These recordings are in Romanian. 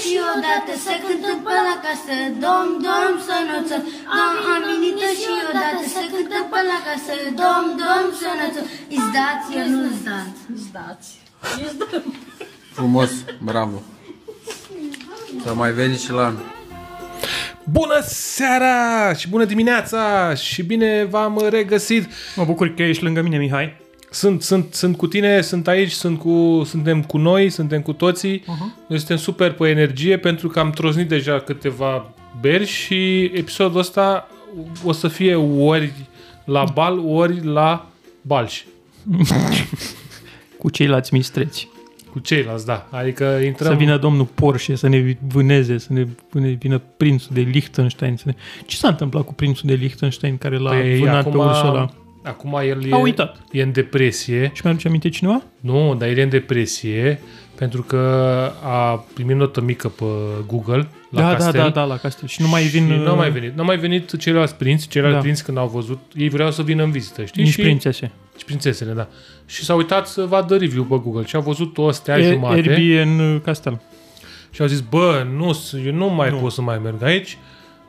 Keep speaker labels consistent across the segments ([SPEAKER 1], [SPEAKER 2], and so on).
[SPEAKER 1] și odată să cântăm pe la casă Dom, dom, sănăță Am aminită și odată să cântăm pe la casă Dom, dom, sănăță Îți dați, eu nu-ți dați
[SPEAKER 2] Dați. Îți dăm.
[SPEAKER 3] Frumos, bravo. Să mai vezi și la anul.
[SPEAKER 4] Bună seara și bună dimineața și bine v-am regăsit.
[SPEAKER 5] Mă bucur că ești lângă mine, Mihai.
[SPEAKER 4] Sunt, sunt, sunt cu tine, sunt aici, sunt cu, suntem cu noi, suntem cu toții. Uh-huh. Noi suntem super pe energie pentru că am troznit deja câteva beri și episodul ăsta o să fie ori la bal, ori la balș.
[SPEAKER 5] Cu ceilalți mistreți.
[SPEAKER 4] Cu ceilalți, da. Adică intrăm...
[SPEAKER 5] Să vină domnul Porsche să ne vâneze, să ne, ne vină prințul de Liechtenstein. Să ne... Ce s-a întâmplat cu prințul de Liechtenstein care l-a
[SPEAKER 4] Păi,
[SPEAKER 5] vânat pe ursul ăla?
[SPEAKER 4] Acum el e,
[SPEAKER 5] A uitat.
[SPEAKER 4] e în depresie.
[SPEAKER 5] Și mi-aduce aminte cineva?
[SPEAKER 4] Nu, dar el e în depresie pentru că a primit notă mică pe Google la
[SPEAKER 5] da,
[SPEAKER 4] castel.
[SPEAKER 5] da, da, da, la castel. Și nu mai vin...
[SPEAKER 4] Și n-au mai
[SPEAKER 5] uh,
[SPEAKER 4] venit. N-au mai venit ceilalți prinți, ceilalți da.
[SPEAKER 5] Da.
[SPEAKER 4] prinți când au văzut, ei vreau să vină în vizită, știi?
[SPEAKER 5] uh, Nici
[SPEAKER 4] și,
[SPEAKER 5] prințese.
[SPEAKER 4] și prințesele, da. Și s-au uitat să vadă review pe Google și au văzut o stea
[SPEAKER 5] E-
[SPEAKER 4] jumate
[SPEAKER 5] Erbi în uh, castel.
[SPEAKER 4] și au zis, bă, nu, s- eu nu mai nu. pot să mai merg aici,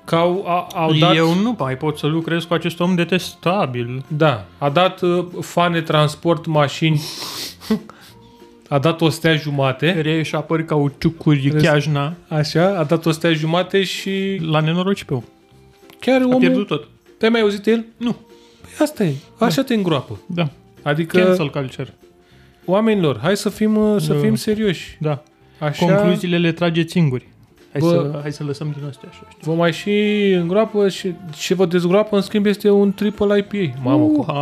[SPEAKER 4] că au, a, au dat...
[SPEAKER 5] Eu nu mai pot să lucrez cu acest om detestabil.
[SPEAKER 4] Da, a dat uh, fane, transport, mașini, a dat o stea jumate,
[SPEAKER 5] Care și apăr cauciucuri, chiajna,
[SPEAKER 4] așa, a dat o stea jumate și
[SPEAKER 5] la nenoroci pe om.
[SPEAKER 4] chiar
[SPEAKER 5] A
[SPEAKER 4] omul...
[SPEAKER 5] pierdut tot.
[SPEAKER 4] Te-ai mai auzit de el?
[SPEAKER 5] Nu,
[SPEAKER 4] Păi asta e, așa te îngroapă.
[SPEAKER 5] da.
[SPEAKER 4] Adică...
[SPEAKER 5] Cancel culture.
[SPEAKER 4] Oamenilor, hai să fim, uh, să
[SPEAKER 5] Da.
[SPEAKER 4] fim serioși.
[SPEAKER 5] Da.
[SPEAKER 4] Așa
[SPEAKER 5] Concluziile le trageți singuri. Hai,
[SPEAKER 4] Bă.
[SPEAKER 5] să, hai să lăsăm din astea așa. Știi?
[SPEAKER 4] vă mai și îngroapă și ce vă dezgroapă, în schimb, este un triple IPA. Mamă, cum,
[SPEAKER 5] Uha,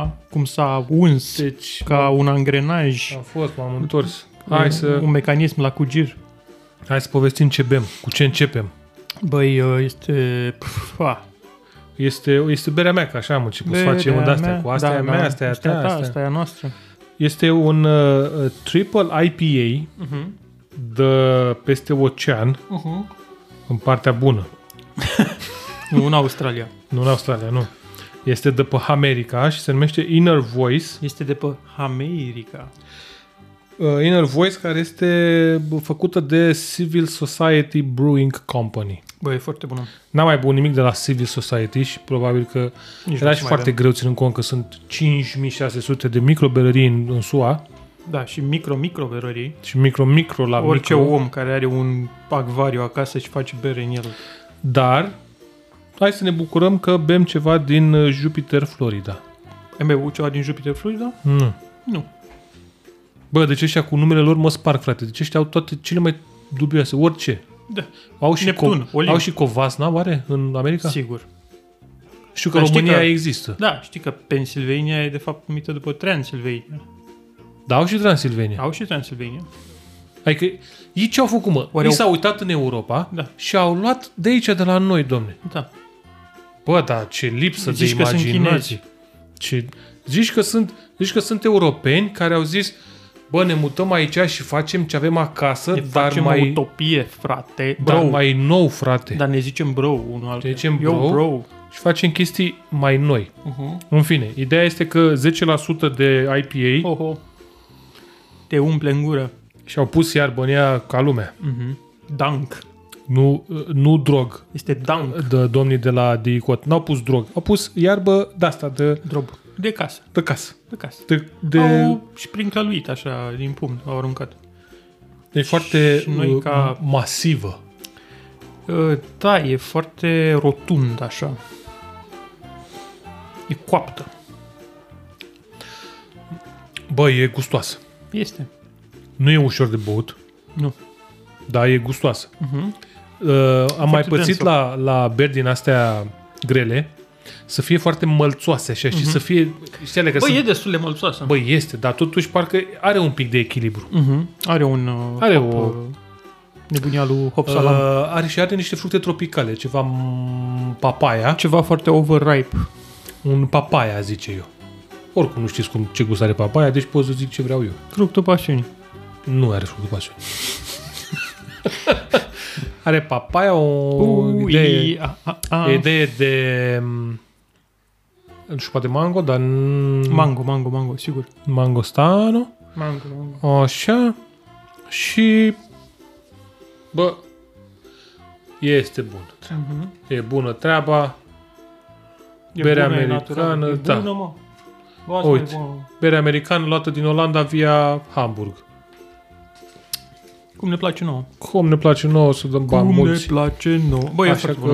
[SPEAKER 5] cum, cum s-a uns
[SPEAKER 4] deci
[SPEAKER 5] ca un angrenaj,
[SPEAKER 4] am fost, m-am întors. Hai
[SPEAKER 5] un
[SPEAKER 4] să,
[SPEAKER 5] mecanism la cugir.
[SPEAKER 4] hai să povestim ce bem, cu ce începem.
[SPEAKER 5] Băi, este... Pf, a,
[SPEAKER 4] Este, este berea mea, că așa am început să facem
[SPEAKER 5] berea
[SPEAKER 4] de astea,
[SPEAKER 5] mea,
[SPEAKER 4] cu astea
[SPEAKER 5] da,
[SPEAKER 4] e mea,
[SPEAKER 5] da,
[SPEAKER 4] astea e a
[SPEAKER 5] astea
[SPEAKER 4] ta,
[SPEAKER 5] ta,
[SPEAKER 4] astea.
[SPEAKER 5] asta e a noastră.
[SPEAKER 4] Este un uh, triple IPA
[SPEAKER 5] Mhm.
[SPEAKER 4] de peste ocean, în partea bună,
[SPEAKER 5] Nu, în Australia.
[SPEAKER 4] nu în Australia, nu. Este de pe America și se numește Inner Voice.
[SPEAKER 5] Este de pe America.
[SPEAKER 4] Uh, Inner Voice care este făcută de Civil Society Brewing Company.
[SPEAKER 5] Băi, e foarte bună.
[SPEAKER 4] N-am mai bun nimic de la Civil Society și probabil că
[SPEAKER 5] Nici
[SPEAKER 4] era
[SPEAKER 5] nu
[SPEAKER 4] și
[SPEAKER 5] mai
[SPEAKER 4] foarte
[SPEAKER 5] avem.
[SPEAKER 4] greu ținând cont că sunt 5600 de microberării în, în SUA
[SPEAKER 5] Da, și micro-micro berării.
[SPEAKER 4] și micro-micro la
[SPEAKER 5] Orice
[SPEAKER 4] Da, micro,
[SPEAKER 5] om care are un acvariu acasă și face bere în el.
[SPEAKER 4] dar hai să ne bucurăm că bem ceva din uh, Jupiter, Florida.
[SPEAKER 5] Ai mai băut ceva din Jupiter da? Florida?
[SPEAKER 4] Mm.
[SPEAKER 5] Nu.
[SPEAKER 4] Bă, deci ăștia cu numele lor mă sparg, frate. Deci ăștia au toate cele mai dubioase, orice.
[SPEAKER 5] Da.
[SPEAKER 4] Au și,
[SPEAKER 5] Neptun,
[SPEAKER 4] co-
[SPEAKER 5] Olimp.
[SPEAKER 4] au și covasna, oare, în America?
[SPEAKER 5] Sigur.
[SPEAKER 4] Știu că
[SPEAKER 5] Dar știi
[SPEAKER 4] România
[SPEAKER 5] că-
[SPEAKER 4] există.
[SPEAKER 5] Da, știi că Pennsylvania e de fapt numită după Transilvania.
[SPEAKER 4] Da, au și Transilvania.
[SPEAKER 5] Au și Transilvania.
[SPEAKER 4] Adică, ei ce au făcut, mă?
[SPEAKER 5] Oare
[SPEAKER 4] ei
[SPEAKER 5] au-
[SPEAKER 4] s-au uitat în Europa
[SPEAKER 5] Da.
[SPEAKER 4] și au luat de aici, de la noi, domne.
[SPEAKER 5] Da.
[SPEAKER 4] Bă, dar ce lipsă
[SPEAKER 5] Zici
[SPEAKER 4] de
[SPEAKER 5] că sunt
[SPEAKER 4] imaginație. Ce... Zici, că sunt, zici că sunt europeni care au zis, bă, ne mutăm aici și facem ce avem acasă,
[SPEAKER 5] Ne
[SPEAKER 4] dar
[SPEAKER 5] facem
[SPEAKER 4] mai,
[SPEAKER 5] mai... utopie, frate. Bro.
[SPEAKER 4] dar mai nou, frate.
[SPEAKER 5] Dar ne zicem bro unul altul.
[SPEAKER 4] Ne zicem
[SPEAKER 5] Eu
[SPEAKER 4] bro.
[SPEAKER 5] bro.
[SPEAKER 4] Și facem chestii mai noi.
[SPEAKER 5] Uh-huh.
[SPEAKER 4] În fine, ideea este că 10% de IPA oh.
[SPEAKER 5] Oh, oh. Te umple în gură.
[SPEAKER 4] și-au pus iarbă în ea ca lumea.
[SPEAKER 5] Uh-huh. Dunk.
[SPEAKER 4] Nu, nu drog,
[SPEAKER 5] Este dunk.
[SPEAKER 4] de domnii de la DICOT. N-au pus drog, au pus iarbă de asta, de,
[SPEAKER 5] Drob. De casă.
[SPEAKER 4] de casă.
[SPEAKER 5] De casă.
[SPEAKER 4] De, de,
[SPEAKER 5] De...
[SPEAKER 4] au...
[SPEAKER 5] Au sprincăluit așa din pumn. Au aruncat.
[SPEAKER 4] E foarte
[SPEAKER 5] și noi
[SPEAKER 4] uh,
[SPEAKER 5] ca-
[SPEAKER 4] masivă.
[SPEAKER 5] Uh, Da, e foarte rotund așa. E coaptă.
[SPEAKER 4] Bă, e gustoasă.
[SPEAKER 5] Este.
[SPEAKER 4] Nu e ușor de băut,
[SPEAKER 5] Nu.
[SPEAKER 4] dar e gustoasă.
[SPEAKER 5] Uh-huh.
[SPEAKER 4] Uh, am mai pățit
[SPEAKER 5] densă.
[SPEAKER 4] la, la beri din astea grele să fie foarte mălțoase așa și să fie... Știi, alea că
[SPEAKER 5] Mhm. Bă,
[SPEAKER 4] sunt-
[SPEAKER 5] e destul de mălțoasă.
[SPEAKER 4] Bă, este, dar totuși parcă are un pic de echilibru.
[SPEAKER 5] Uh-huh. Are un... Uh,
[SPEAKER 4] Are
[SPEAKER 5] hop,
[SPEAKER 4] o-
[SPEAKER 5] uh, Nebunia lui Hop
[SPEAKER 4] Uh,
[SPEAKER 5] Salam. Uh,
[SPEAKER 4] are și are niște fructe tropicale, ceva mm, papaya,
[SPEAKER 5] Ceva foarte overripe.
[SPEAKER 4] un papaya zice eu. Oricum nu știți cum, ce gust are papaya, deci pot să zic ce vreau eu.
[SPEAKER 5] Fructul pasiunii.
[SPEAKER 4] Nu are fructe de pasiune. are papaya o idee,
[SPEAKER 5] a, a, a.
[SPEAKER 4] idee de... mm, Nu știu, poate mango, dar... n-
[SPEAKER 5] Mango, mango, mango, sigur.
[SPEAKER 4] Mangostano.
[SPEAKER 5] Mango, mango.
[SPEAKER 4] Așa. Și Bă, este bună treaba.
[SPEAKER 5] Mhm.
[SPEAKER 4] E bună treaba.
[SPEAKER 5] E
[SPEAKER 4] Berea
[SPEAKER 5] bună, e
[SPEAKER 4] americană,
[SPEAKER 5] naturală, e
[SPEAKER 4] da.
[SPEAKER 5] Bună, mă. Bă, asta e
[SPEAKER 4] Uite,
[SPEAKER 5] bună.
[SPEAKER 4] bere americană luată din Olanda via Hamburg.
[SPEAKER 5] Cum ne place nouă.
[SPEAKER 4] Cum ne place nouă să dăm bani
[SPEAKER 5] Cum
[SPEAKER 4] mulți.
[SPEAKER 5] ne place nouă. Bă, e
[SPEAKER 4] Așa
[SPEAKER 5] foarte
[SPEAKER 4] că-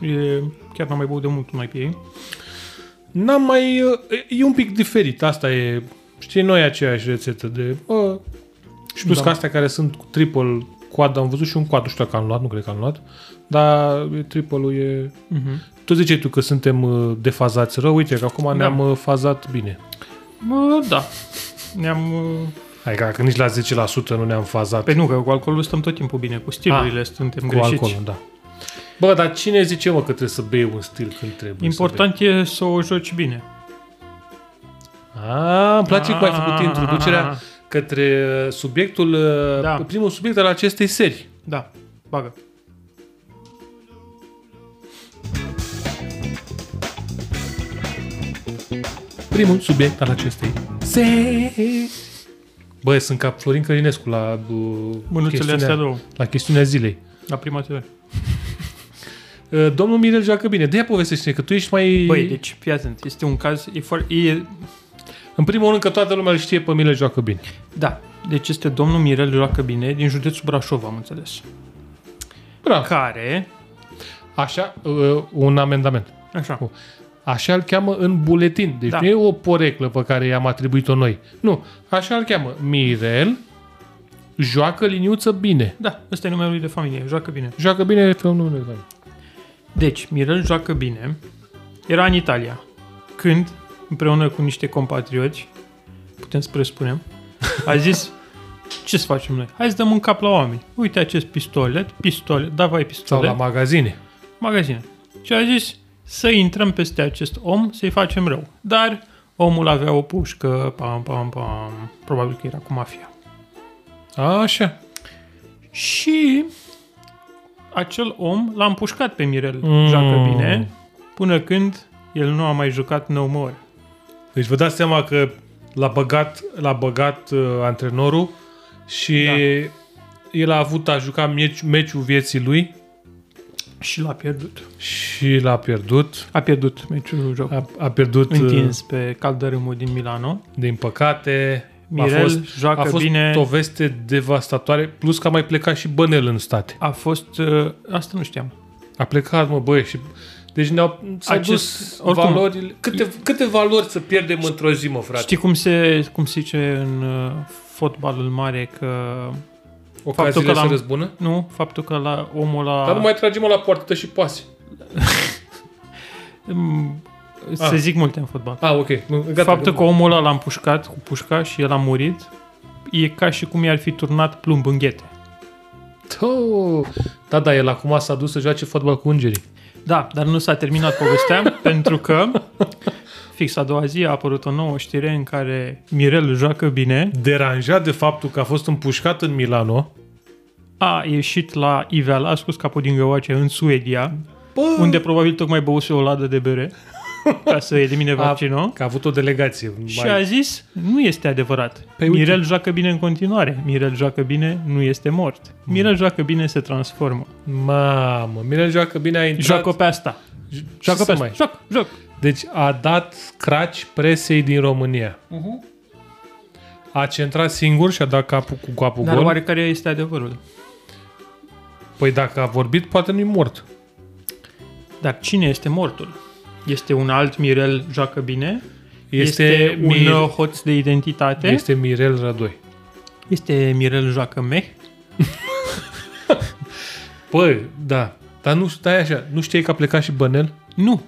[SPEAKER 5] bună. E, chiar n-am mai băut de mult mai pe ei.
[SPEAKER 4] N-am mai... uh, E un pic diferit, asta e... Știi, noi aceeași rețetă de... Bă, și plus
[SPEAKER 5] Da.
[SPEAKER 4] da. că astea care sunt cu triple quad, am văzut și un quad, nu știu dacă am luat, nu cred că am luat, dar e, triple-ul e...
[SPEAKER 5] Uh-huh.
[SPEAKER 4] Tu ziceai tu că suntem uh, defazați rău, uite că acum da. ne-am uh, fazat bine.
[SPEAKER 5] Bă, da. Ne-am... uh,
[SPEAKER 4] Hai, că Adică nici la 10% nu ne-am fazat
[SPEAKER 5] Păi nu, că cu alcoolul stăm tot timpul bine. Cu stilurile ah, suntem
[SPEAKER 4] cu
[SPEAKER 5] greșiți.
[SPEAKER 4] alcoolul, da. Bă, dar cine zice, mă, că trebuie să bei un stil când trebuie
[SPEAKER 5] Important e să o joci bine.
[SPEAKER 4] să bei? A, îmi place
[SPEAKER 5] Ah.
[SPEAKER 4] cum ai făcut introducerea către uh, subiectul, uh,
[SPEAKER 5] Da.
[SPEAKER 4] primul subiect al acestei serii.
[SPEAKER 5] Da, bagă.
[SPEAKER 4] Primul subiect al acestei serii. Bă, sunt ca Florin Călinescu la, uh,
[SPEAKER 5] Mânuțele astea
[SPEAKER 4] chestiunea,
[SPEAKER 5] două.
[SPEAKER 4] la chestiunea zilei.
[SPEAKER 5] La prima TV.
[SPEAKER 4] Uh, Domnul Mirel joacă bine. De-aia povestește că tu ești mai...
[SPEAKER 5] Băi, deci, fii atent, este un caz, e foarte, e,
[SPEAKER 4] În primul rând că toată lumea îl știe pe Mirel joacă bine.
[SPEAKER 5] da, deci este domnul Mirel joacă bine din județul Brașov, am înțeles.
[SPEAKER 4] Bravo.
[SPEAKER 5] Care,
[SPEAKER 4] Așa, uh, un amendament.
[SPEAKER 5] așa,
[SPEAKER 4] Oh. Așa îl cheamă în buletin. Deci
[SPEAKER 5] Da.
[SPEAKER 4] da. nu e o poreclă pe care i-am atribuit-o noi. Nu, așa îl cheamă. Mirel joacă liniuță bine.
[SPEAKER 5] da, ăsta e numele lui de familie, joacă bine.
[SPEAKER 4] Joacă bine pe un nume. da.
[SPEAKER 5] Deci, Mirel joacă bine, era în Italia, când, împreună cu niște compatrioți, putem să presupunem, a zis, ce să facem noi? Hai să dăm un cap la oameni. Uite acest pistolet, pistolet, da, vai
[SPEAKER 4] Sau
[SPEAKER 5] pistolet.
[SPEAKER 4] la magazine.
[SPEAKER 5] magazine. Și a zis să intrăm peste acest om, să-i facem rău. Dar omul avea o pușcă, pam, pam, pam, probabil că era cu mafia.
[SPEAKER 4] Așa.
[SPEAKER 5] Și acel om l-a împușcat pe Mirel, mm. joacă bine, până când el nu a mai jucat No More.
[SPEAKER 4] Deci vă dați seama că l-a băgat, l-a băgat uh, antrenorul și da. el a avut a juca meci, meciul vieții lui
[SPEAKER 5] Și l-a pierdut.
[SPEAKER 4] și l-a pierdut.
[SPEAKER 5] A pierdut meciul joc.
[SPEAKER 4] A, a pierdut, uh,
[SPEAKER 5] Întins pe Calderâmul din Milano.
[SPEAKER 4] din păcate.
[SPEAKER 5] Mirel
[SPEAKER 4] a fost,
[SPEAKER 5] joacă
[SPEAKER 4] a fost
[SPEAKER 5] bine.
[SPEAKER 4] o veste devastatoare, plus că a mai plecat și Bănel în state.
[SPEAKER 5] A fost... uh, Asta nu știam.
[SPEAKER 4] A plecat, mă, băie, și... Deci ne-au s-au
[SPEAKER 5] Acest-
[SPEAKER 4] dus
[SPEAKER 5] oricum-
[SPEAKER 4] valorile... Câte, câte valori să pierdem într-o zi, mă, frate?
[SPEAKER 5] Știi cum se, cum se zice în uh, fotbalul mare că faptul că
[SPEAKER 4] Ocaziile se
[SPEAKER 5] l-am-
[SPEAKER 4] răzbună?
[SPEAKER 5] Nu, faptul că la omul la...
[SPEAKER 4] Dar nu mai tragem la poartă și pase.
[SPEAKER 5] Mm, Se
[SPEAKER 4] Ah.
[SPEAKER 5] zic multe în fotbal.
[SPEAKER 4] Ah, ok. Nu, Gata,
[SPEAKER 5] Gata, faptul că omul ăla l-a împușcat cu pușca și el a murit, e ca și cum i-ar fi turnat plumb în ghete.
[SPEAKER 4] Tău! Da, da, el acum s-a dus să joace fotbal cu ungerii.
[SPEAKER 5] Da, dar nu s-a terminat povestea, pentru că fix a doua zi a apărut o nouă știre în care Mirel joacă bine,
[SPEAKER 4] Deranjat de faptul că a fost împușcat în Milano,
[SPEAKER 5] a ieșit la Iveala, a scos capul din găoace în Suedia,
[SPEAKER 4] Bă!
[SPEAKER 5] unde probabil tocmai băuse o ladă de bere ca să elimine vaccinul.
[SPEAKER 4] că a avut o delegație.
[SPEAKER 5] Și a zis, nu este adevărat.
[SPEAKER 4] Păi uite.
[SPEAKER 5] Mirel joacă bine în continuare. Mirel joacă bine, nu este mort. Mirel joacă bine, se transformă.
[SPEAKER 4] Mamă, Mirel joacă bine, a intrat...
[SPEAKER 5] Joacă pe asta.
[SPEAKER 4] Ce
[SPEAKER 5] Joacă
[SPEAKER 4] să
[SPEAKER 5] pe asta.
[SPEAKER 4] Exact. mai-
[SPEAKER 5] Joc, joc.
[SPEAKER 4] Deci a dat craci presei din România. A centrat singur și a dat capul cu capul
[SPEAKER 5] Dar
[SPEAKER 4] gol.
[SPEAKER 5] oare care este adevărul?
[SPEAKER 4] Păi dacă a vorbit, poate nu-i mort.
[SPEAKER 5] Dar cine este mortul? Este un alt Mirel joacă bine?
[SPEAKER 4] Este
[SPEAKER 5] un
[SPEAKER 4] Mir-
[SPEAKER 5] uh, hoț de identitate? Este,
[SPEAKER 4] Este Mirel Rădoi.
[SPEAKER 5] este Mirel joacă meh?
[SPEAKER 4] Păi, da. Dar nu stai așa. Nu știi că a plecat și Bănel?
[SPEAKER 5] Nu.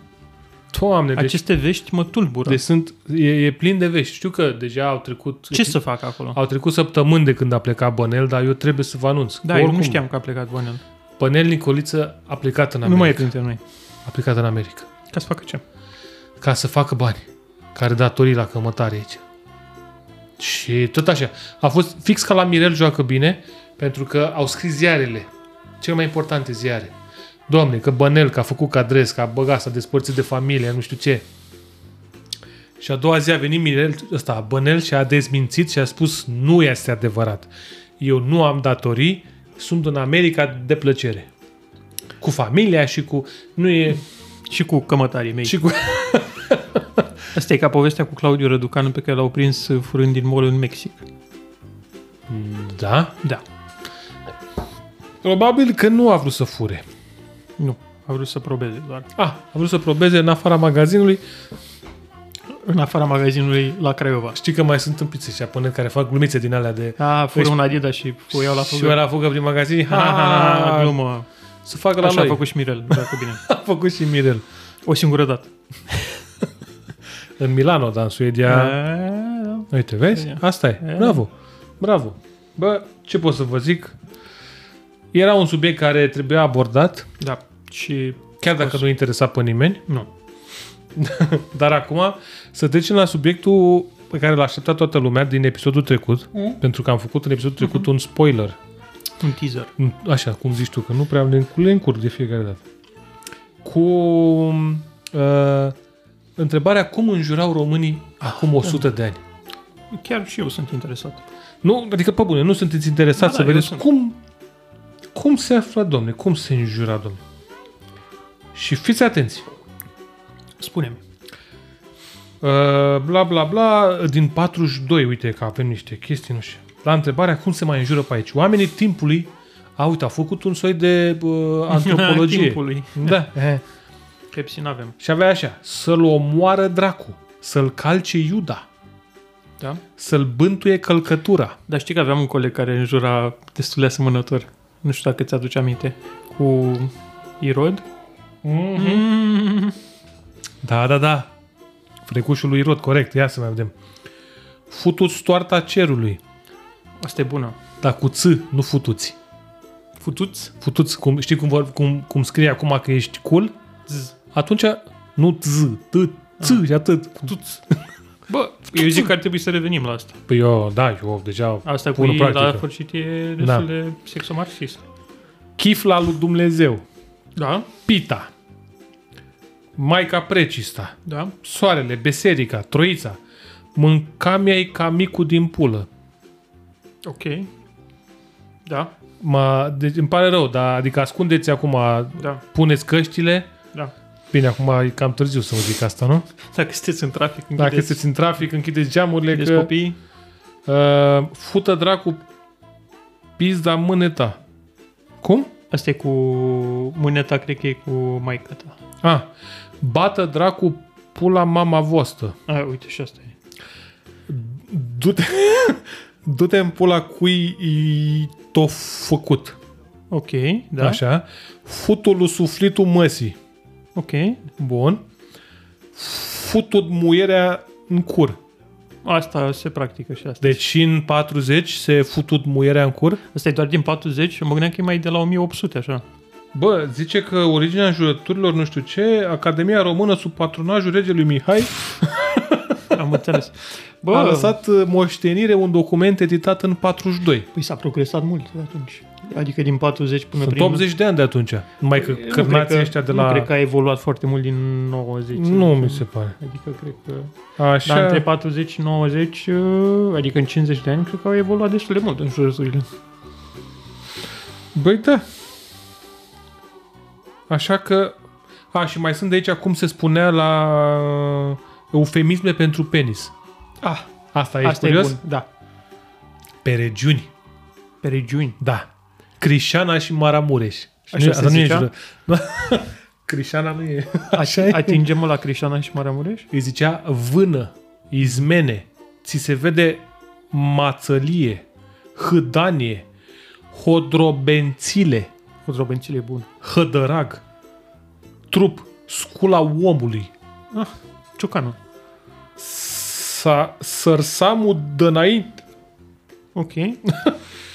[SPEAKER 4] Doamne, deci,
[SPEAKER 5] Aceste vești mă tulbură.
[SPEAKER 4] deci sunt, e, e plin de vești. Știu că deja au trecut...
[SPEAKER 5] Ce să fac acolo?
[SPEAKER 4] Au trecut săptămâni de când a plecat Bănel, dar eu trebuie să vă anunț.
[SPEAKER 5] Da,
[SPEAKER 4] Că
[SPEAKER 5] eu nu știam că a plecat Bonel.
[SPEAKER 4] Bănel Nicoliță a plecat în America.
[SPEAKER 5] Nu mai e printre noi.
[SPEAKER 4] A plecat în America.
[SPEAKER 5] Ca să facă ce?
[SPEAKER 4] Ca să facă bani. Care datorii la cămătare aici. Și tot așa. A fost fix ca la Mirel joacă bine, pentru că au scris ziarele. Cele mai importante ziare. Doamne, că Bănel, că a făcut cadres, că a băgat, s-a despărțit de familie, nu știu ce. Și a doua zi a venit Mirel, ăsta, Bănel și a dezmințit și a spus nu este adevărat. Eu nu am datorii, sunt în America de plăcere. Cu familia și cu... Nu e...
[SPEAKER 5] Și cu cămătarii mei.
[SPEAKER 4] Și cu...
[SPEAKER 5] Asta e ca povestea cu Claudiu Răducanu pe care l-au prins uh, furând din mall în Mexic.
[SPEAKER 4] Da?
[SPEAKER 5] Da,
[SPEAKER 4] Probabil că nu a vrut să fure.
[SPEAKER 5] nu. A vrut să probeze doar.
[SPEAKER 4] A, Ah, a vrut să probeze în afara magazinului.
[SPEAKER 5] În afara magazinului la Craiova.
[SPEAKER 4] Știi că mai sunt împiți ăștia până care fac glumițe din alea de...
[SPEAKER 5] A, fură
[SPEAKER 4] Deci-
[SPEAKER 5] un Adidas și o iau la
[SPEAKER 4] și eu
[SPEAKER 5] fugă.
[SPEAKER 4] la fugă prin magazin. Ha,
[SPEAKER 5] Ha,
[SPEAKER 4] ha, ha, ha, glumă.
[SPEAKER 5] glumă.
[SPEAKER 4] Să facă la
[SPEAKER 5] Așa a
[SPEAKER 4] noi.
[SPEAKER 5] făcut și Mirel, dacă bine.
[SPEAKER 4] a făcut și Mirel.
[SPEAKER 5] O singură dată.
[SPEAKER 4] În Milano, dar în Suedia...
[SPEAKER 5] Da.
[SPEAKER 4] Uite, vezi? Asta e. Bravo. Bravo. Bă, ce pot să vă zic? Era un subiect care trebuia abordat,
[SPEAKER 5] da. Și
[SPEAKER 4] chiar dacă nu interesa pe nimeni,
[SPEAKER 5] nu.
[SPEAKER 4] dar acum să trecem la subiectul pe care l-a așteptat toată lumea din episodul trecut,
[SPEAKER 5] Mm.
[SPEAKER 4] pentru că am făcut în episodul
[SPEAKER 5] Mm-hmm.
[SPEAKER 4] trecut un spoiler. Mm,
[SPEAKER 5] Un teaser.
[SPEAKER 4] Așa, cum zici tu, că nu prea le, le încurc de fiecare dată. Cu uh, întrebarea cum înjurau românii
[SPEAKER 5] Ah,
[SPEAKER 4] acum 100
[SPEAKER 5] da.
[SPEAKER 4] de ani.
[SPEAKER 5] Chiar și eu sunt interesat.
[SPEAKER 4] Nu, adică pe bune, nu sunteți interesați
[SPEAKER 5] Ba
[SPEAKER 4] să
[SPEAKER 5] da, eu
[SPEAKER 4] vedeți
[SPEAKER 5] sunt.
[SPEAKER 4] cum, cum se afla, domne, cum se înjura, domne. Și fiți atenți.
[SPEAKER 5] Spune-mi.
[SPEAKER 4] Uh, bla, bla, bla, din 42, uite că avem niște chestii, nu știu. La întrebarea cum se mai înjură pe aici. Oamenii timpului, a, uite, a făcut un soi de uh, antropologie.
[SPEAKER 5] Timpului.
[SPEAKER 4] Da. Eh.
[SPEAKER 5] Pepsi n-avem.
[SPEAKER 4] Și avea așa, să-l omoară dracu, să-l calce Iuda,
[SPEAKER 5] Da?
[SPEAKER 4] să-l bântuie călcătura.
[SPEAKER 5] Dar știi că aveam un coleg care înjura destul de asemănător. Nu știu dacă ți-aduce aminte. Cu Irod. Mm.
[SPEAKER 4] Da, da, da. Frecușul lui Rod, corect, ia să mai vedem. Futuți toarta cerului,
[SPEAKER 5] Asta e bună.
[SPEAKER 4] dar cu ț, nu futuți.
[SPEAKER 5] Futuți?
[SPEAKER 4] Futuți, cum, știi cum, vor, cum, cum scrie acum că ești cool?
[SPEAKER 5] Zzz.
[SPEAKER 4] Atunci, nu ț, t,
[SPEAKER 5] Ah.
[SPEAKER 4] ț și atât. Futuți.
[SPEAKER 5] Bă, eu zic că ar trebui să revenim la asta.
[SPEAKER 4] Păi eu, da, eu deja
[SPEAKER 5] Asta cu
[SPEAKER 4] pun în
[SPEAKER 5] ei la
[SPEAKER 4] practică.
[SPEAKER 5] sfârșit e destul
[SPEAKER 4] Da.
[SPEAKER 5] de sexomarxist.
[SPEAKER 4] Chifla lui Dumnezeu,
[SPEAKER 5] Da,
[SPEAKER 4] Pita, Maica Precista,
[SPEAKER 5] da.
[SPEAKER 4] Soarele, Beserica, Troița, mâncam i ca micul din pulă.
[SPEAKER 5] Ok. Da,
[SPEAKER 4] Mă, deci îmi pare rău, dar adică ascundeți acum,
[SPEAKER 5] da,
[SPEAKER 4] puneți căștile,
[SPEAKER 5] da.
[SPEAKER 4] Bine, acum e cam târziu să vă zic asta, nu?
[SPEAKER 5] Dacă sunteți în trafic,
[SPEAKER 4] Dacă
[SPEAKER 5] închideți,
[SPEAKER 4] sunteți în trafic, închideți geamurile
[SPEAKER 5] închideți
[SPEAKER 4] că
[SPEAKER 5] copiii.
[SPEAKER 4] uh, fută dracu pizda mâneta. Cum?
[SPEAKER 5] Asta e cu mâneta, cred că e cu maica ta.
[SPEAKER 4] Ah, bată dracu pula mama voastră.
[SPEAKER 5] A, uite și asta e.
[SPEAKER 4] Du-te, du-te în pula cui i t-o făcut.
[SPEAKER 5] Ok, da.
[SPEAKER 4] Da? Așa. Futul lui suflitul măsii.
[SPEAKER 5] Ok.
[SPEAKER 4] Bun. Futul muierea în cur.
[SPEAKER 5] Asta se practică și asta.
[SPEAKER 4] Deci și în 40 se futut muierea în cur?
[SPEAKER 5] Asta e doar din 40 și mă gândeam că e mai de la 1800, așa.
[SPEAKER 4] Bă, zice că originea jurăturilor, nu știu ce, Academia Română sub patronajul regelui Mihai
[SPEAKER 5] Am înțeles. Bă,
[SPEAKER 4] a lăsat uh, moștenire un document editat în 42.
[SPEAKER 5] Păi s-a progresat mult de atunci. Adică din 40 până
[SPEAKER 4] Sunt
[SPEAKER 5] prin...
[SPEAKER 4] 80 de ani de atunci. Numai că
[SPEAKER 5] Păi, Nu cred
[SPEAKER 4] cârnații
[SPEAKER 5] că-
[SPEAKER 4] ăștia de
[SPEAKER 5] Nu
[SPEAKER 4] la...
[SPEAKER 5] cred că a evoluat foarte mult din 90.
[SPEAKER 4] Nu mi se pare.
[SPEAKER 5] Adică cred că...
[SPEAKER 4] Așa...
[SPEAKER 5] Dar între 40 și 90, uh, adică în 50 de ani, cred că au evoluat destul de mult în jurăturile.
[SPEAKER 4] Băi, da. Așa că... A, și mai sunt de aici cum se spunea la uh, eufemisme pentru penis.
[SPEAKER 5] Ah,
[SPEAKER 4] Asta ești
[SPEAKER 5] asta
[SPEAKER 4] curios?
[SPEAKER 5] e bun, da.
[SPEAKER 4] Pe regiuni.
[SPEAKER 5] Pe regiuni.
[SPEAKER 4] Da. Crișana și Maramureș. Și
[SPEAKER 5] Așa
[SPEAKER 4] nu,
[SPEAKER 5] se
[SPEAKER 4] asta nu e
[SPEAKER 5] zicea?
[SPEAKER 4] jură. Nu. Crișana nu e. Așa e.
[SPEAKER 5] Atingem la Crișana și Maramureș?
[SPEAKER 4] Îi zicea vână, izmene, ți se vede mațălie, hâdanie, hodrobențile,
[SPEAKER 5] Hudrobențile e bun.
[SPEAKER 4] hădărag, trup, scula omului,
[SPEAKER 5] Ah, Ciucanul.
[SPEAKER 4] sa, sărsamul dănainte
[SPEAKER 5] Ok.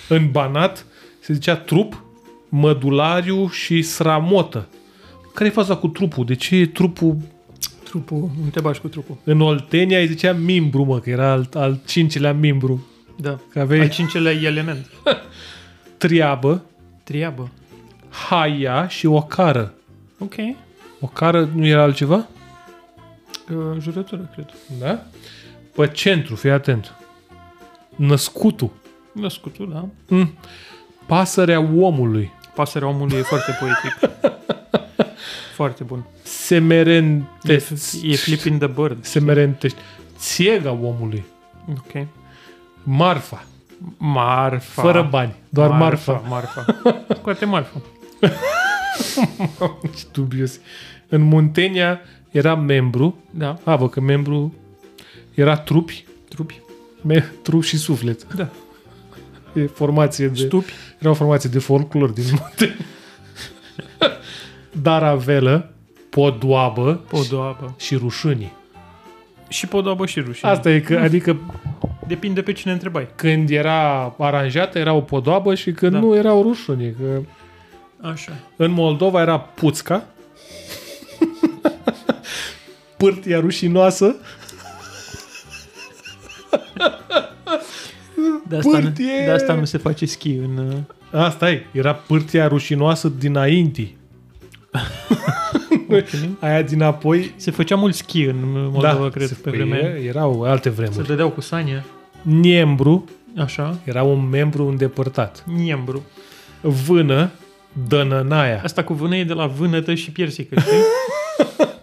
[SPEAKER 4] în banat, se zicea trup, mădulariu și sramotă. Care e faza cu trupul? De ce e trupul
[SPEAKER 5] Trupul. Nu te bași cu trupul.
[SPEAKER 4] În Oltenia îi zicea mimbru, mă, că era al, al cincilea mimbru.
[SPEAKER 5] Da.
[SPEAKER 4] Că aveai
[SPEAKER 5] Al cincelea e element.
[SPEAKER 4] treabă,
[SPEAKER 5] Triabă.
[SPEAKER 4] haia și o cară.
[SPEAKER 5] Ok.
[SPEAKER 4] O cară nu era altceva?
[SPEAKER 5] Uh, Jurătură, cred.
[SPEAKER 4] Da? Pe centru, fii atent. Născutul.
[SPEAKER 5] Născutul, da.
[SPEAKER 4] Mm. Pasărea omului.
[SPEAKER 5] Pasărea omului e foarte poetic. foarte bun. E,
[SPEAKER 4] Semerente.
[SPEAKER 5] e Flipping the Bird.
[SPEAKER 4] Semerentești. Țiega omului.
[SPEAKER 5] Ok.
[SPEAKER 4] Marfa.
[SPEAKER 5] Marfa.
[SPEAKER 4] Fără bani. Doar marfa.
[SPEAKER 5] Marfa. Scoate marfa.
[SPEAKER 4] Ce dubios. În Muntenia era membru.
[SPEAKER 5] Da.
[SPEAKER 4] A, vă, că membru era trupi.
[SPEAKER 5] Trupi.
[SPEAKER 4] Me- trup și suflet.
[SPEAKER 5] Da.
[SPEAKER 4] E formație de...
[SPEAKER 5] Stupi.
[SPEAKER 4] Era o formație de folclor din munte. Daravelă, podoabă
[SPEAKER 5] Podoabă.
[SPEAKER 4] și rușunii.
[SPEAKER 5] Și podoabă și rușine.
[SPEAKER 4] Asta e că, adică
[SPEAKER 5] Depinde pe cine întrebai.
[SPEAKER 4] când era aranjată era o podoabă și când
[SPEAKER 5] Da.
[SPEAKER 4] nu erau rușunii. Că
[SPEAKER 5] Așa.
[SPEAKER 4] în Moldova era puțca, pârtia rușinoasă,
[SPEAKER 5] De asta, nu,
[SPEAKER 4] Pârtie!
[SPEAKER 5] de asta nu se face schi în... uh,
[SPEAKER 4] Asta e, era pârtia rușinoasă dinainte. Aia dinapoi,
[SPEAKER 5] Se făcea mult schi în uh, Moldova,
[SPEAKER 4] da,
[SPEAKER 5] cred,
[SPEAKER 4] se-
[SPEAKER 5] pe vremea.
[SPEAKER 4] e- erau alte
[SPEAKER 5] Se
[SPEAKER 4] vremuri.
[SPEAKER 5] dădeau cu sania.
[SPEAKER 4] Niembru
[SPEAKER 5] Așa.
[SPEAKER 4] era un membru îndepărtat.
[SPEAKER 5] Niembru.
[SPEAKER 4] Vână, Dănănaia,
[SPEAKER 5] Asta cu vână e de la vânătă și piersică, știi?